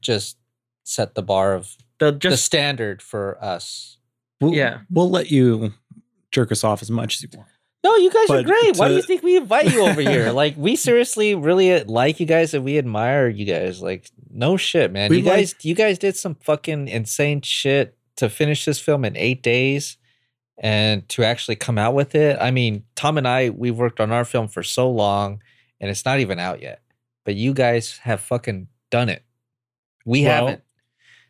Speaker 4: just set the bar of
Speaker 2: the
Speaker 4: the
Speaker 2: just
Speaker 4: standard for us.
Speaker 3: we'll,
Speaker 2: yeah.
Speaker 3: we'll let you jerk us off as much as you want.
Speaker 4: No, you guys are
Speaker 3: But
Speaker 4: great. Why do you
Speaker 3: to-
Speaker 4: think we invite you over here? Like, we seriously really like you guys and we admire you guys. Like, no shit, man.
Speaker 3: We
Speaker 4: you
Speaker 3: like-
Speaker 4: guys, you guys did some fucking insane shit to finish this film in eight days, and to actually come out with it. I mean, Tom and I, we worked on our film for so long, and it's not even out yet. But you guys have fucking done it. We
Speaker 1: Well,
Speaker 4: haven't.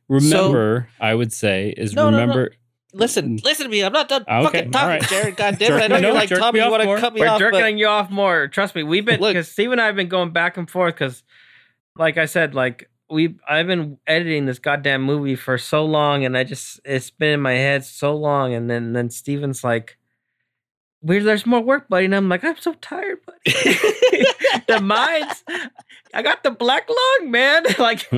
Speaker 1: Remember, I would say is
Speaker 4: No, no, no.
Speaker 1: remember.
Speaker 4: Listen,
Speaker 1: Mm.
Speaker 4: listen to me. I'm not done
Speaker 1: Ah, okay.
Speaker 4: fucking talking,
Speaker 1: All right.
Speaker 4: Jared. God damn it! I know
Speaker 1: Jerk-
Speaker 4: you're
Speaker 1: no,
Speaker 4: like
Speaker 1: jerk
Speaker 4: Tommy.
Speaker 1: me
Speaker 4: You
Speaker 1: off
Speaker 4: want to
Speaker 1: more.
Speaker 4: cut me
Speaker 2: We're
Speaker 4: off? but-
Speaker 2: jerking you off more. Trust me, we've been
Speaker 4: Look-
Speaker 2: because Steve and I have been going back and forth because, like I said, like we I've been editing this goddamn movie for so long, and I just it's been in my head so long, and then then Steven's like, "We're there's more work, buddy," and I'm like, "I'm so tired, buddy." the minds, I got the black lung, man. like,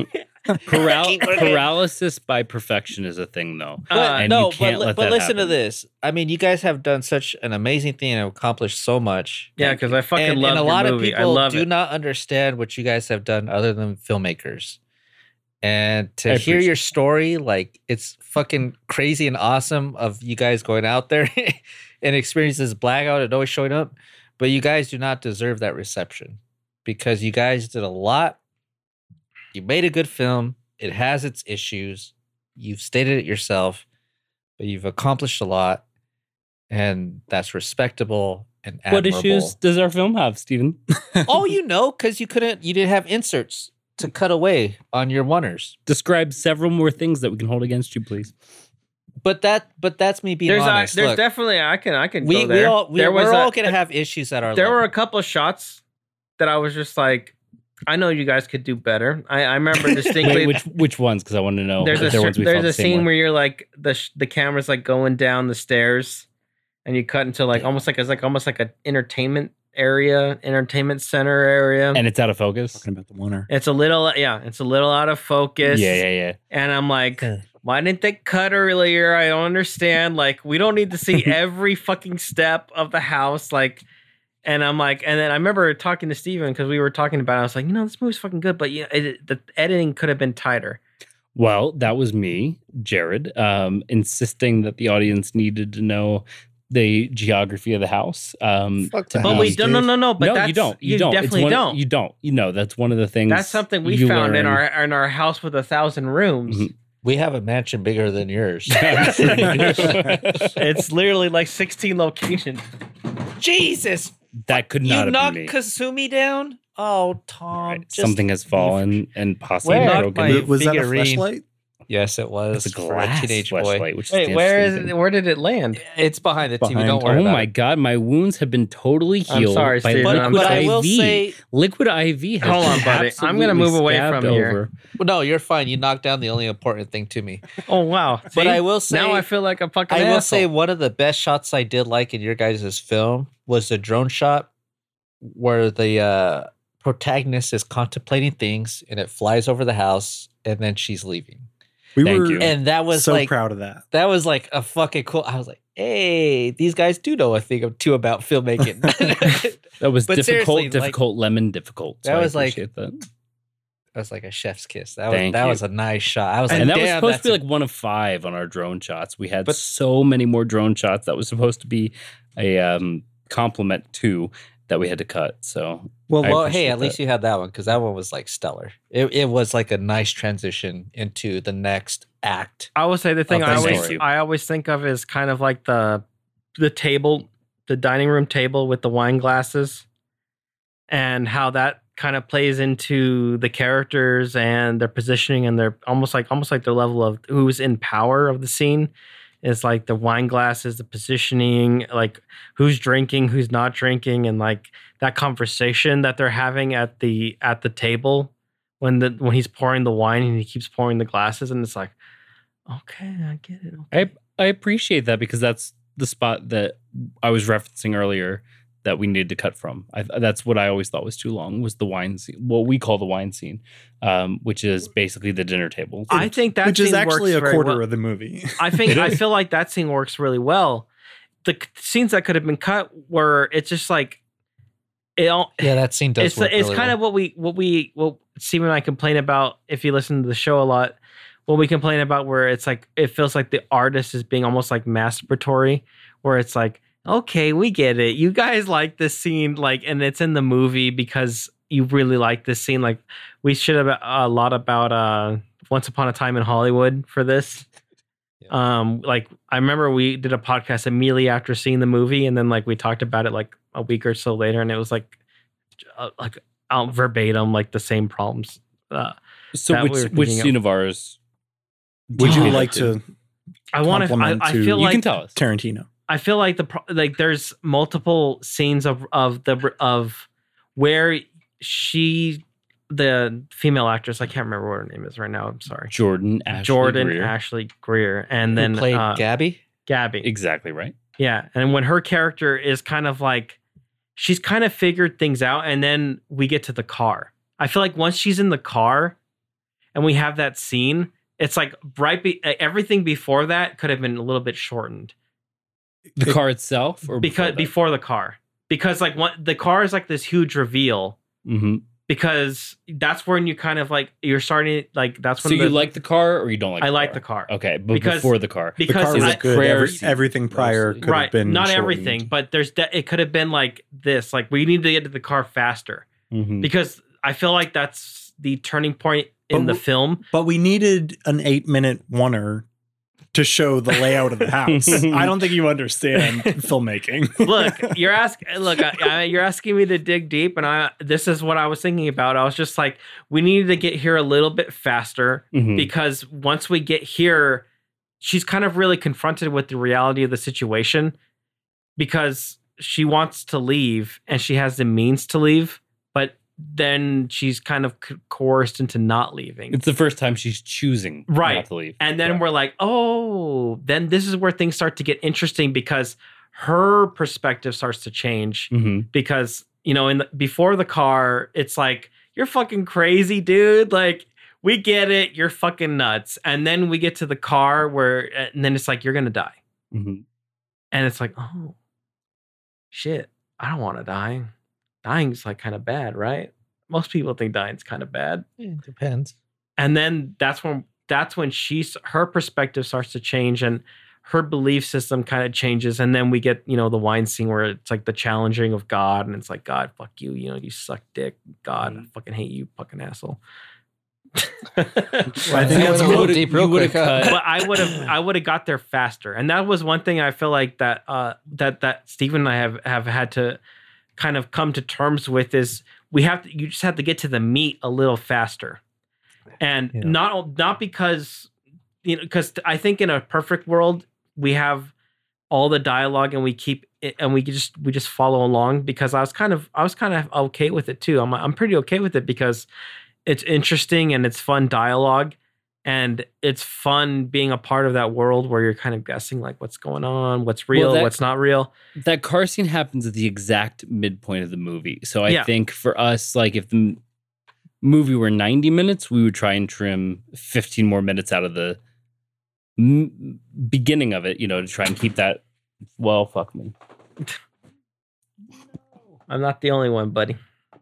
Speaker 1: Paral-
Speaker 4: Keep working.
Speaker 1: paralysis by perfection is a thing, though.
Speaker 4: But
Speaker 2: uh,
Speaker 1: And
Speaker 4: no,
Speaker 1: you can't
Speaker 4: but, li-
Speaker 1: let
Speaker 4: but
Speaker 1: that
Speaker 4: listen to
Speaker 1: happen.
Speaker 4: this. I mean, you guys have done such an amazing thing and accomplished so much.
Speaker 2: yeah, because I fucking
Speaker 4: and,
Speaker 2: love
Speaker 4: and a
Speaker 2: your
Speaker 4: lot
Speaker 2: movie.
Speaker 4: of people
Speaker 2: I love
Speaker 4: do
Speaker 2: it.
Speaker 4: not understand what you guys have done other than filmmakers. And
Speaker 1: I
Speaker 4: to hear
Speaker 1: appreciate
Speaker 4: your story, like it's fucking crazy and awesome of you guys going out there and experience this blackout and always showing up. But you guys do not deserve that reception because you guys did a lot. You made a good film. It has its issues. You've stated it yourself, but you've accomplished a lot, and that's respectable and
Speaker 1: What
Speaker 4: admirable
Speaker 1: issues does our film have, Stephen?
Speaker 4: oh, you know, because you couldn't, you didn't have inserts to cut away on your oneers.
Speaker 1: Describe several more things that we can hold against you, please.
Speaker 4: But that, but that's me being
Speaker 2: There's a-
Speaker 4: honest.
Speaker 2: there's
Speaker 4: Look,
Speaker 2: definitely I can I can
Speaker 4: we,
Speaker 2: go there.
Speaker 4: we all we,
Speaker 2: There was
Speaker 4: we're
Speaker 2: a-
Speaker 4: all gonna have issues at our.
Speaker 2: there were a
Speaker 4: level.
Speaker 2: couple of shots that I was just like, I know you guys could do better. I, I remember distinctly.
Speaker 1: Wait, which which ones? Because I want to know.
Speaker 2: there's a
Speaker 1: if there are
Speaker 2: cer-
Speaker 1: ones we
Speaker 2: there's
Speaker 1: felt
Speaker 2: a
Speaker 1: the same
Speaker 2: scene
Speaker 1: way.
Speaker 2: where you're like the sh- the camera's like going down the stairs, and you cut into like almost like it's like almost like an entertainment area, entertainment center area.
Speaker 1: and it's out of focus.
Speaker 3: Talking about the winner.
Speaker 2: it's a little yeah, it's a little out of focus.
Speaker 1: Yeah, yeah, yeah.
Speaker 2: And I'm like,
Speaker 4: Huh.
Speaker 2: why didn't they cut earlier? I don't understand. Like, we don't need to see every fucking step of the house. Like, and I'm like, and then I remember talking to Steven because we were talking about it. I was like, you know, this movie's fucking good, but yeah, it, the editing could have been tighter.
Speaker 1: Well, that was me, Jared, um, insisting that the audience needed to know the geography of the house. Um,
Speaker 4: Fuck
Speaker 1: to
Speaker 4: that.
Speaker 2: But
Speaker 1: be-
Speaker 2: we don't, no, no, no. But
Speaker 1: no,
Speaker 2: that's,
Speaker 1: you don't. You, don't. It's
Speaker 2: definitely
Speaker 1: one-
Speaker 2: don't.
Speaker 1: You don't. You know, that's one of the things.
Speaker 2: that's something we
Speaker 1: you
Speaker 2: found in
Speaker 1: learn.
Speaker 2: our in our house with a thousand rooms.
Speaker 1: Mhm.
Speaker 4: we have a mansion bigger than yours.
Speaker 2: it's literally like sixteen locations.
Speaker 4: Jesus,
Speaker 1: that could not
Speaker 4: you
Speaker 1: have
Speaker 4: knocked
Speaker 1: been me.
Speaker 4: Kasumi down. Oh, Tom,
Speaker 1: Right,
Speaker 4: just-
Speaker 1: Something has fallen and possibly
Speaker 4: Where?
Speaker 1: broken.
Speaker 2: Knocked my-
Speaker 3: Was- was that a
Speaker 4: figurine.
Speaker 3: flashlight?
Speaker 4: Yes, it was.
Speaker 1: It's a
Speaker 4: for a
Speaker 1: glass
Speaker 4: teenage boy.
Speaker 1: flashlight, which is
Speaker 2: Wait,
Speaker 1: the
Speaker 2: where is
Speaker 1: interesting
Speaker 2: it?
Speaker 1: thing.
Speaker 2: Where did it land?
Speaker 4: It's behind the TV. Don't
Speaker 3: Behind.
Speaker 4: worry
Speaker 1: Oh
Speaker 4: about
Speaker 1: my
Speaker 4: it.
Speaker 1: god, my wounds have been totally
Speaker 2: I'm
Speaker 1: healed
Speaker 2: sorry,
Speaker 1: by
Speaker 2: Steven,
Speaker 1: liquid
Speaker 4: But,
Speaker 2: I'm
Speaker 4: but
Speaker 2: sorry.
Speaker 4: I will
Speaker 1: IV.
Speaker 4: say,
Speaker 1: liquid IV. Has
Speaker 2: Hold on, buddy. I'm gonna
Speaker 1: absolutely
Speaker 2: move away
Speaker 1: stabbed
Speaker 2: from here.
Speaker 1: over.
Speaker 4: no, you're fine. You knocked down the only important thing to me.
Speaker 2: Oh wow!
Speaker 4: But
Speaker 2: See?
Speaker 4: I will say,
Speaker 2: now I feel like a fucking.
Speaker 4: I will
Speaker 2: asshole.
Speaker 4: say one of the best shots I did like in your guys' film was the drone shot where the uh, protagonist is contemplating things and it flies over the house and then she's leaving.
Speaker 3: We
Speaker 1: Thank
Speaker 3: were
Speaker 1: you.
Speaker 4: And that was
Speaker 3: so
Speaker 4: like
Speaker 3: proud of that.
Speaker 4: that was like a fucking cool. I was like, hey, these guys do know a thing or two about filmmaking.
Speaker 1: That was
Speaker 4: But
Speaker 1: difficult,
Speaker 4: seriously, like-
Speaker 1: difficult lemon, difficult.
Speaker 4: That
Speaker 1: I
Speaker 4: was like-
Speaker 1: appreciate that.
Speaker 4: that was like a chef's kiss. That was
Speaker 1: Thank
Speaker 4: that
Speaker 1: you.
Speaker 4: was a nice shot. I was like,
Speaker 1: and that was
Speaker 4: "Damn,
Speaker 1: supposed to
Speaker 4: that's
Speaker 1: be
Speaker 4: a
Speaker 1: like one of five on our drone shots. We had
Speaker 4: But-
Speaker 1: so many more drone shots. That was supposed to be a um, compliment to that we had to cut. So
Speaker 3: Well,
Speaker 1: I
Speaker 3: well,
Speaker 4: well, hey,
Speaker 1: appreciate
Speaker 4: at least you had that one because that one was like stellar. It, it was like a nice transition into the next act.
Speaker 2: I would say the thing I
Speaker 4: thank
Speaker 2: always
Speaker 1: you.
Speaker 2: I always think of is kind of like the the table, the dining room table with the wine glasses, and how that kind of plays into the characters and their positioning and their almost like almost like their level of who's in power of the scene. It's like the wine glasses, the positioning, like who's drinking, who's not drinking, and like that conversation that they're having at the at the table when the when he's pouring the wine and he keeps pouring the glasses and it's like Okay, I get it.
Speaker 1: I I appreciate that because that's the spot that I was referencing earlier that we needed to cut from. I, that's what I always thought was too long was the wine scene, what we call the wine scene, um, which is basically the dinner table.
Speaker 2: I think that
Speaker 3: which is
Speaker 2: scene
Speaker 3: actually a
Speaker 2: works very
Speaker 3: quarter
Speaker 2: well.
Speaker 3: of the movie.
Speaker 2: I think I feel like that scene works really well. The c- scenes that could have been cut were it's just like it. All,
Speaker 4: Yeah, that scene does.
Speaker 2: it's
Speaker 4: work
Speaker 2: it's
Speaker 4: really
Speaker 2: kind of
Speaker 4: well.
Speaker 2: what we what we what Steve and I complain about if you listen to the show a lot. What we complain about where it's like it feels like the artist is being almost like masturbatory, where it's like okay, we get it. You guys like this scene, like, and it's in the movie because you really like this scene. Like, we should have a lot about uh, Once Upon a Time in Hollywood for this. Um, like I remember we did a podcast immediately after seeing the movie, and then like we talked about it like a week or so later, and it was like, uh, like out verbatim, like the same problems. Uh,
Speaker 1: so
Speaker 2: that
Speaker 1: which
Speaker 2: we were
Speaker 1: which
Speaker 2: thinking of.
Speaker 1: scene of ours
Speaker 3: Would you
Speaker 1: get
Speaker 3: like
Speaker 1: into?
Speaker 3: to
Speaker 2: I want to. I,
Speaker 3: Compliment
Speaker 2: I
Speaker 3: to-
Speaker 2: feel
Speaker 1: You
Speaker 2: like
Speaker 1: can tell us.
Speaker 3: Tarantino?
Speaker 2: I feel like the pro- like there's multiple scenes of of the of where she the female actress I can't remember what her name is right now. I'm sorry.
Speaker 1: Jordan Ashley
Speaker 2: Jordan
Speaker 1: Greer.
Speaker 2: Ashley Greer and
Speaker 4: Who
Speaker 2: then
Speaker 4: played
Speaker 2: uh,
Speaker 4: Gabby.
Speaker 2: Gabby.
Speaker 1: Exactly right.
Speaker 2: Yeah. And when her character is kind of like, she's kind of figured things out. And then we get to the car. I feel like once she's in the car and we have that scene, it's like right be- e, everything before that could have been a little bit shortened
Speaker 1: The
Speaker 3: It-
Speaker 1: car itself, or
Speaker 2: because before the car, because like one, the car is like this huge reveal
Speaker 1: hmm
Speaker 2: because that's when you kind of like, you're starting like, that's
Speaker 1: So
Speaker 2: when
Speaker 1: you
Speaker 2: the-
Speaker 1: like the car, or you don't like?
Speaker 2: I like the car
Speaker 1: Okay, but
Speaker 2: Because-
Speaker 1: before the car,
Speaker 3: The car
Speaker 2: because
Speaker 3: was
Speaker 2: I,
Speaker 3: good.
Speaker 1: prayer
Speaker 3: Every-
Speaker 1: scene,
Speaker 3: everything prior
Speaker 1: mostly.
Speaker 3: could have been
Speaker 2: not
Speaker 3: shortened.
Speaker 2: everything, but there's, de- it could have been like this, like we need to get to the car faster.
Speaker 3: Mm.
Speaker 1: Mhm.
Speaker 2: because I feel like that's the turning point in
Speaker 3: But
Speaker 2: the
Speaker 3: w-
Speaker 2: film.
Speaker 3: But we needed an eight minute oneer to show the layout of the house. I don't think you understand filmmaking.
Speaker 2: Look, you're asking. Look, I, I, you're asking me to dig deep, and I. This is what I was thinking about. I was just like, we needed to get here a little bit faster
Speaker 1: Mhm.
Speaker 2: because once we get here, she's kind of really confronted with the reality of the situation because she wants to leave and she has the means to leave, but then she's kind of co- coerced into not leaving.
Speaker 1: it's the first time she's choosing
Speaker 2: Right.
Speaker 1: not to leave,
Speaker 2: And then
Speaker 1: Correct.
Speaker 2: we're like, oh, then this is where things start to get interesting because her perspective starts to change
Speaker 1: Mhm.
Speaker 2: because you know, in the, before the car, it's like you're fucking crazy, dude. Like we get it, you're fucking nuts. And then we get to the car where, eh, and then it's like you're gonna die,
Speaker 1: Mhm.
Speaker 2: and it's like, oh, shit, I don't want to die. Dying's like kind of bad, right? Most people think dying's kind of bad.
Speaker 4: Eh, It depends.
Speaker 2: and then that's when that's when she's her perspective starts to change and her belief system kind of changes and then we get you know the wine scene where it's like the challenging of god and it's like god fuck you you know you suck dick god i fucking hate you fucking asshole
Speaker 3: I
Speaker 4: I
Speaker 3: think
Speaker 4: think
Speaker 3: that's
Speaker 4: that's a
Speaker 3: what
Speaker 4: little
Speaker 1: would've-
Speaker 4: deep,
Speaker 1: you
Speaker 4: real
Speaker 1: would've
Speaker 4: quick. huh?
Speaker 1: cut-
Speaker 2: but I would have I would have got there faster. And that was one thing I feel like that uh that that Steven and I have have had to kind of come to terms with is we have to you just have to get to the meat a little faster. And
Speaker 4: Yeah.
Speaker 2: not not because you know cuz I think in a perfect world we have all the dialogue and we keep it, and we just we just follow along because I was kind of I was kind of okay with it too. I'm I'm pretty okay with it because it's interesting and it's fun dialogue and it's fun being a part of that world where you're kind of guessing like what's going on, what's real,
Speaker 1: that-
Speaker 2: what's not real.
Speaker 1: that car scene happens at the exact midpoint of the movie. So I
Speaker 2: Yeah.
Speaker 1: think for us, like if the m- movie were 90 minutes, we would try and trim 15 more minutes out of the m- beginning of it, you know, to try and keep that. Well, fuck me.
Speaker 2: I'm not the only one, buddy.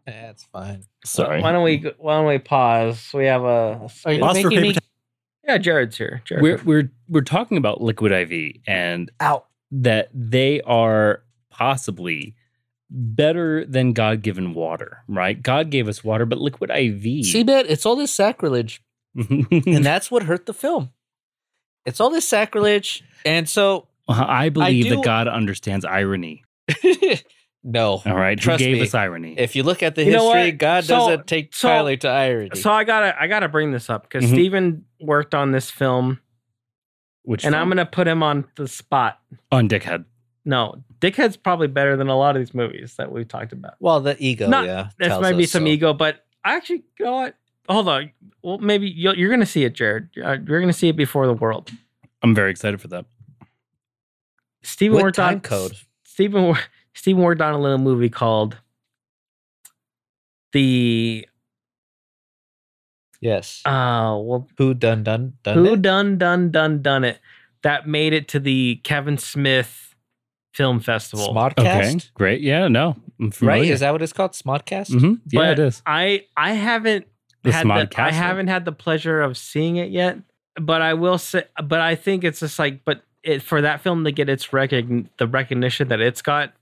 Speaker 4: That's Eh, fine.
Speaker 1: Sorry.
Speaker 2: Why don't we why don't we pause? We have a
Speaker 4: Are you
Speaker 3: Lost for
Speaker 4: making
Speaker 3: paper
Speaker 4: me
Speaker 2: Yeah, Jared's here. Jared.
Speaker 1: We're we're we're talking about Liquid IV and
Speaker 4: out?
Speaker 1: that they are possibly better than God given water, right? God gave us water, but liquid
Speaker 2: E.
Speaker 1: IV.
Speaker 4: See, man, it's all this sacrilege,
Speaker 2: Mm.
Speaker 4: and that's what hurt the film. It's all this sacrilege, and so
Speaker 1: Uh-huh. I believe
Speaker 4: do-
Speaker 1: that God understands irony.
Speaker 4: no.
Speaker 1: All right.
Speaker 4: Trust
Speaker 1: Who gave
Speaker 4: me.
Speaker 1: us irony?
Speaker 4: If you look at the
Speaker 2: You know
Speaker 4: history,
Speaker 2: what?
Speaker 4: God
Speaker 2: So-
Speaker 4: doesn't take
Speaker 2: so-
Speaker 4: kindly to irony.
Speaker 2: So I gotta I gotta bring this up because
Speaker 1: Mhm.
Speaker 2: Steven worked on this film,
Speaker 1: Which
Speaker 2: and I'm gonna put him on the spot.
Speaker 1: on Dickhead.
Speaker 2: No, Dickhead's probably better than a lot of these movies that we've talked about.
Speaker 4: well, the ego,
Speaker 2: Not-
Speaker 4: yeah,
Speaker 2: This
Speaker 4: tells
Speaker 2: might be
Speaker 4: us
Speaker 2: some
Speaker 4: so.
Speaker 2: ego, but I actually, you know what? Hold on. Well, maybe you'll, you're gonna see it, Jared. Uh, You're gonna see it before the world.
Speaker 1: I'm very excited for that.
Speaker 2: Steven
Speaker 4: What
Speaker 2: worked
Speaker 4: time
Speaker 2: on
Speaker 4: code?
Speaker 2: Stephen wor- Stephen worked on a little movie called the
Speaker 4: Yes.
Speaker 2: uh well,
Speaker 4: Who done done done?
Speaker 2: who
Speaker 4: it?
Speaker 2: done done done done it that made it to the Kevin Smith Film Festival.
Speaker 4: Smodcast,
Speaker 1: Okay. Great. Yeah. No. I'm
Speaker 2: Oh,
Speaker 4: right?
Speaker 1: familiar.
Speaker 4: Is that what it's called? Smodcast.
Speaker 1: Mhm. Yeah,
Speaker 2: But
Speaker 1: it is.
Speaker 2: I I haven't
Speaker 1: The
Speaker 2: had the, I
Speaker 1: Smodcastle.
Speaker 2: haven't had the pleasure of seeing it yet, but I will say. But I think it's just like, but it, for that film to get its recogn the recognition that it's got,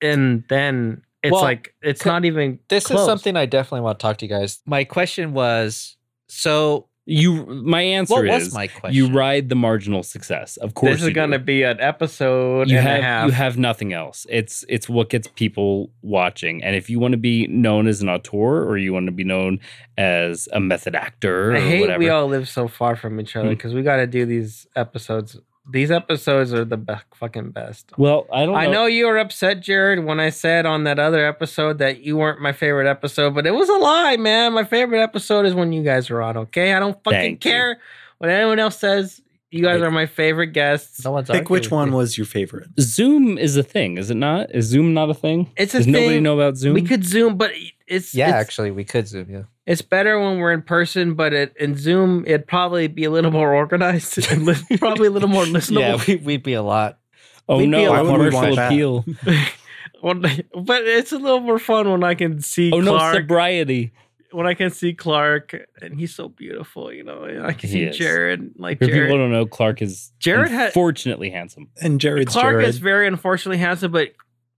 Speaker 2: and then it's
Speaker 4: Well,
Speaker 2: like it's
Speaker 4: c-
Speaker 2: not even
Speaker 4: This is
Speaker 2: close.
Speaker 4: something I definitely want to talk to you guys. My question was so.
Speaker 1: You. My answer
Speaker 4: What
Speaker 1: is
Speaker 4: was my question?
Speaker 1: you ride the marginal success. Of course,
Speaker 2: This is
Speaker 1: you do.
Speaker 2: gonna be an episode
Speaker 1: you
Speaker 2: and
Speaker 1: have,
Speaker 2: a half.
Speaker 1: you have nothing else. It's it's what gets people watching. And if you want to be known as an auteur or you want to be known as a method actor or
Speaker 2: I hate
Speaker 1: whatever,
Speaker 2: we all live so far from each other
Speaker 1: Hmm.
Speaker 2: because we got to do these episodes. These episodes are the be- fucking best.
Speaker 1: well, I don't.
Speaker 2: I know you were upset, Jared, when I said on that other episode that you weren't my favorite episode, but it was a lie, man. My favorite episode is when you guys are on. Okay, I don't fucking
Speaker 1: Thank you.
Speaker 2: care what anyone else says. You guys
Speaker 1: Like-
Speaker 2: are my favorite guests.
Speaker 4: No one's
Speaker 3: Pick which
Speaker 4: arguing with
Speaker 3: one
Speaker 4: you.
Speaker 3: was your favorite.
Speaker 1: Zoom is a thing, is it not? Is Zoom not a thing?
Speaker 2: It's a
Speaker 1: Does nobody
Speaker 2: thing.
Speaker 1: know about Zoom?
Speaker 2: We could zoom, but it's
Speaker 4: Yeah,
Speaker 2: it's,
Speaker 4: actually, we could zoom. Yeah.
Speaker 2: It's better when we're in person, but it, in Zoom, it'd probably be a little more organized and li- probably a little more
Speaker 4: yeah,
Speaker 2: listenable.
Speaker 4: we, we'd be a lot.
Speaker 1: oh
Speaker 2: we'd be
Speaker 1: no,
Speaker 2: a
Speaker 3: lot more
Speaker 1: commercial
Speaker 3: fun.
Speaker 1: appeal.
Speaker 2: When- but it's a little more fun when I can see
Speaker 1: Oh no,
Speaker 2: Clark.
Speaker 1: sobriety.
Speaker 2: when I can see Clark, and he's so beautiful, you know. and I can
Speaker 1: He
Speaker 2: see
Speaker 1: is.
Speaker 2: Jared, like
Speaker 1: For people who
Speaker 2: Jared.
Speaker 1: don't know, Clark is
Speaker 2: Jared had-
Speaker 1: unfortunately handsome.
Speaker 3: And Jared's
Speaker 2: Clark
Speaker 3: Jared.
Speaker 2: is very unfortunately handsome, but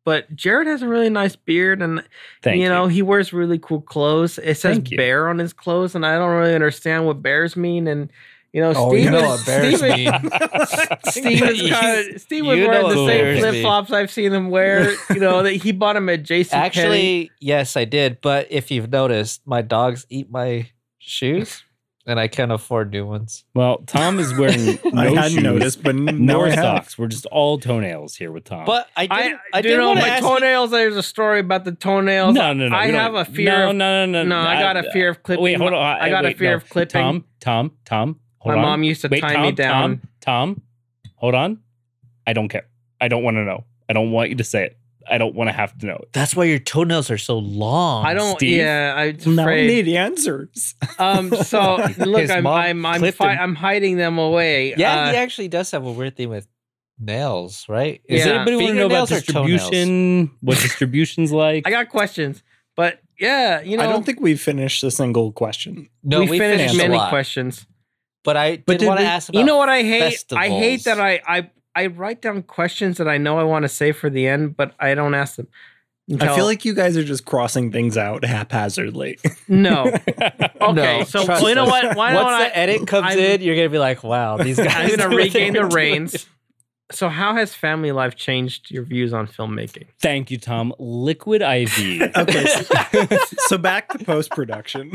Speaker 2: but Jared has a really nice beard, and
Speaker 1: Thank
Speaker 2: you know he wears really cool clothes. It says
Speaker 1: Thank you.
Speaker 2: bear on his clothes, and I don't really understand what bears mean. And you know,
Speaker 4: Oh,
Speaker 2: Steven,
Speaker 4: you know what bears
Speaker 2: Steven-
Speaker 4: mean.
Speaker 2: Steve was, kinda, Steve was
Speaker 4: You
Speaker 2: wearing
Speaker 4: know
Speaker 2: the
Speaker 1: what
Speaker 2: same
Speaker 1: bears
Speaker 2: flip
Speaker 4: be.
Speaker 2: flops I've seen him wear. You know that he bought him at JC.
Speaker 4: Actually, yes, I did. But if you've noticed, my dogs eat my shoes, and I can't afford new ones.
Speaker 1: Well, Tom is wearing no
Speaker 3: I hadn't
Speaker 1: shoes,
Speaker 3: noticed, but now
Speaker 1: nor
Speaker 3: I have.
Speaker 1: socks. We're just all toenails here with Tom.
Speaker 4: But I
Speaker 2: I,
Speaker 4: did.
Speaker 2: I
Speaker 4: I,
Speaker 2: do
Speaker 4: did
Speaker 2: know
Speaker 4: want to
Speaker 2: my
Speaker 4: ask.
Speaker 2: toenails. There's a story about the
Speaker 1: no,
Speaker 2: toenails.
Speaker 1: no, no.
Speaker 2: I
Speaker 1: we don't-
Speaker 2: have a fear
Speaker 1: No,
Speaker 2: of-
Speaker 1: no, no, no.
Speaker 2: no, I got a fear of clipping.
Speaker 1: Wait, hold on.
Speaker 2: I got a
Speaker 1: wait,
Speaker 2: fear
Speaker 1: no.
Speaker 2: of clipping.
Speaker 1: Tom, Tom, Tom. Hold
Speaker 2: my
Speaker 1: on.
Speaker 2: mom used to
Speaker 1: wait,
Speaker 2: tie
Speaker 1: Tom,
Speaker 2: me down.
Speaker 1: Tom, Tom, hold on. I don't care. I don't want to know. I don't want you to say it. I don't want to have to know it.
Speaker 4: That's why your toenails are so long.
Speaker 2: I don't.
Speaker 1: Steve?
Speaker 2: Yeah, I'm
Speaker 3: Now I
Speaker 2: afraid.
Speaker 3: need answers.
Speaker 2: Um. So look,
Speaker 4: His
Speaker 2: I'm
Speaker 4: mom
Speaker 2: I'm I'm,
Speaker 4: clipped
Speaker 2: fi-
Speaker 4: him.
Speaker 2: I'm hiding them away.
Speaker 4: Yeah,
Speaker 2: Uh,
Speaker 4: he actually does have a weird thing with nails, right?
Speaker 2: Yeah.
Speaker 1: Anybody want to know about
Speaker 4: fingernails or toenails?
Speaker 1: distribution? What distribution's like?
Speaker 2: I got questions, but yeah, you know,
Speaker 3: I don't think we finished a single question.
Speaker 4: No, we,
Speaker 2: finished,
Speaker 4: finished
Speaker 2: many
Speaker 4: a lot,
Speaker 2: questions.
Speaker 4: But I did,
Speaker 3: But did
Speaker 4: want
Speaker 3: we-
Speaker 4: to ask. About,
Speaker 2: You know what I hate? I hate
Speaker 4: festivals.
Speaker 2: that I I I write down questions that I know I want to say for the end, but I don't ask them.
Speaker 3: I feel
Speaker 2: until-
Speaker 3: like you guys are just crossing things out haphazardly.
Speaker 2: no. Okay,
Speaker 4: No,
Speaker 2: so
Speaker 4: trust
Speaker 2: well, you know
Speaker 4: us.
Speaker 2: what? Why
Speaker 4: Once
Speaker 2: don't I?
Speaker 4: the edit comes
Speaker 2: I'm-
Speaker 4: in, you're gonna be like, "Wow, these guys."
Speaker 2: I'm
Speaker 4: know
Speaker 2: going to
Speaker 4: what they
Speaker 2: regain the
Speaker 4: were doing.
Speaker 2: reins. So, how has family life changed your views on filmmaking?
Speaker 1: Thank you, Tom. Liquid IV.
Speaker 3: okay, so, so back to post production.